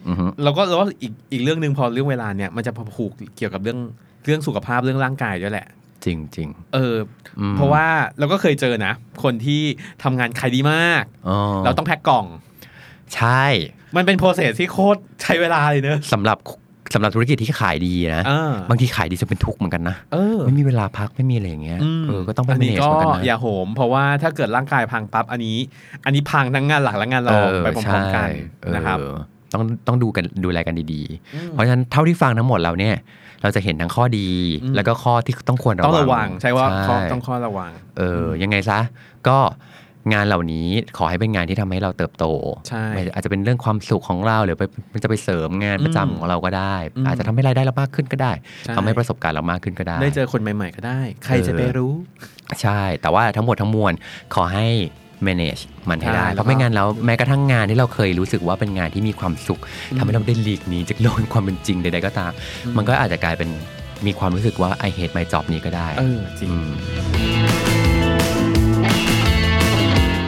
[SPEAKER 3] อือฮึ
[SPEAKER 2] เราก็เราก็อีกอีกเรื่องหนึ่งพอเรื่องเวลาเนี่ยมันจะผูกเกี่ยวกับเรื่องเรื่องสุขภาพเรื่องร่างกายด้วยแหละ
[SPEAKER 3] จริงจริง
[SPEAKER 2] เออ
[SPEAKER 3] ๆอืม
[SPEAKER 2] เพราะว่าเราก็เคยเจอนะ คนที่ทำงานขายดีมาก
[SPEAKER 3] อ๋อ
[SPEAKER 2] เราต้องแพ็คกล่อง
[SPEAKER 3] ใช่
[SPEAKER 2] มันเป็นโปรเซสที่โคตรใช้เวลาเลยเนอะ
[SPEAKER 3] สำหรับสำหรับธุรกิจที่ขายดีนะ
[SPEAKER 2] เออบ
[SPEAKER 3] างทีขายดีจะเป็นทุกข์เหมือนกันนะ
[SPEAKER 2] เออ
[SPEAKER 3] ไม่มีเวลาพักไม่มีอะไรอย่างเงี้ย
[SPEAKER 2] ม
[SPEAKER 3] เออก็ต้องไป
[SPEAKER 2] อัน
[SPEAKER 3] manage
[SPEAKER 2] นี้ก็
[SPEAKER 3] เหมือนกันนะ
[SPEAKER 2] อย่าโหม เพราะว่าถ้าเกิดร่างกายพังปั๊บอันนี้ อันนี้พังทั้งงานหลักและงานรองไปพร้อมๆกัน
[SPEAKER 3] ใช่เออ
[SPEAKER 2] นะครับ
[SPEAKER 3] ต้องต้องดูกันดูแลกันดี
[SPEAKER 2] อืม
[SPEAKER 3] ๆ เพราะฉะนั้นเท่าที่ฟังทั้งหมดเราเนี่ย เราจะเห็นทั้งข้อดี
[SPEAKER 2] อืม
[SPEAKER 3] แล้วก็ข้อที่ต้องควรระ
[SPEAKER 2] ต้
[SPEAKER 3] วั
[SPEAKER 2] อง งระวังใช่ว่าข้อ
[SPEAKER 3] ใช่
[SPEAKER 2] ต้องข้อระวัง
[SPEAKER 3] เออยังไงซะ ก็ งานเหล่านี้ขอให้เป็นงานที่ทำให้เราเติบโต
[SPEAKER 2] ใช่
[SPEAKER 3] ไม่อาจจะเป็นเรื่องความสุขของเราหรือไปมันจะไปเสริมงานประจำ
[SPEAKER 2] อืม
[SPEAKER 3] ของเราก็ได้
[SPEAKER 2] อืม
[SPEAKER 3] อาจจะทำให้รายได้เรามากขึ้นก็ได้
[SPEAKER 2] ใช่
[SPEAKER 3] ทำให้ประสบการณ์เรามากขึ้นก็ได้
[SPEAKER 2] ได้เจอคนใหม่ ๆ ก็ได้ ใครจะไปรู้
[SPEAKER 3] ใช่ แต่ว่าทั้งหมดทั้งมวลขอให้ manage มันให้ได้
[SPEAKER 2] ใช่
[SPEAKER 3] เพราะไม่งั้นแล้วแม้กระทั่งงานที่เราเคยรู้สึกว่าเป็นงานที่มีความสุข
[SPEAKER 2] อืม
[SPEAKER 3] ทำให้เราได้หลีกหนีจากโลกแห่งความเป็นจริงใดๆก็ตาม
[SPEAKER 2] อืม
[SPEAKER 3] มันก็อาจจะกลายเป็นมีความรู้สึกว่า I hate my job นี้ก็ได้
[SPEAKER 2] เออจริง
[SPEAKER 3] อืม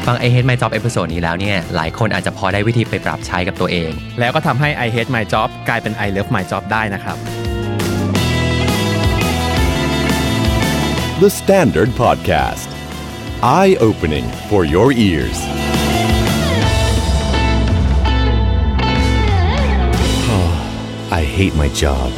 [SPEAKER 3] ฟัง I hate my job เอพิโซดนี้แล้วเนี่ย หลายคนอาจจะพอได้วิธีไปปรับใช้กับตัวเอง
[SPEAKER 2] แล้วก็ทำให้ I hate my job กลายเป็น I love my job ได้นะครับ
[SPEAKER 1] The Standard Podcast. Eye opening for your ears. I hate my job.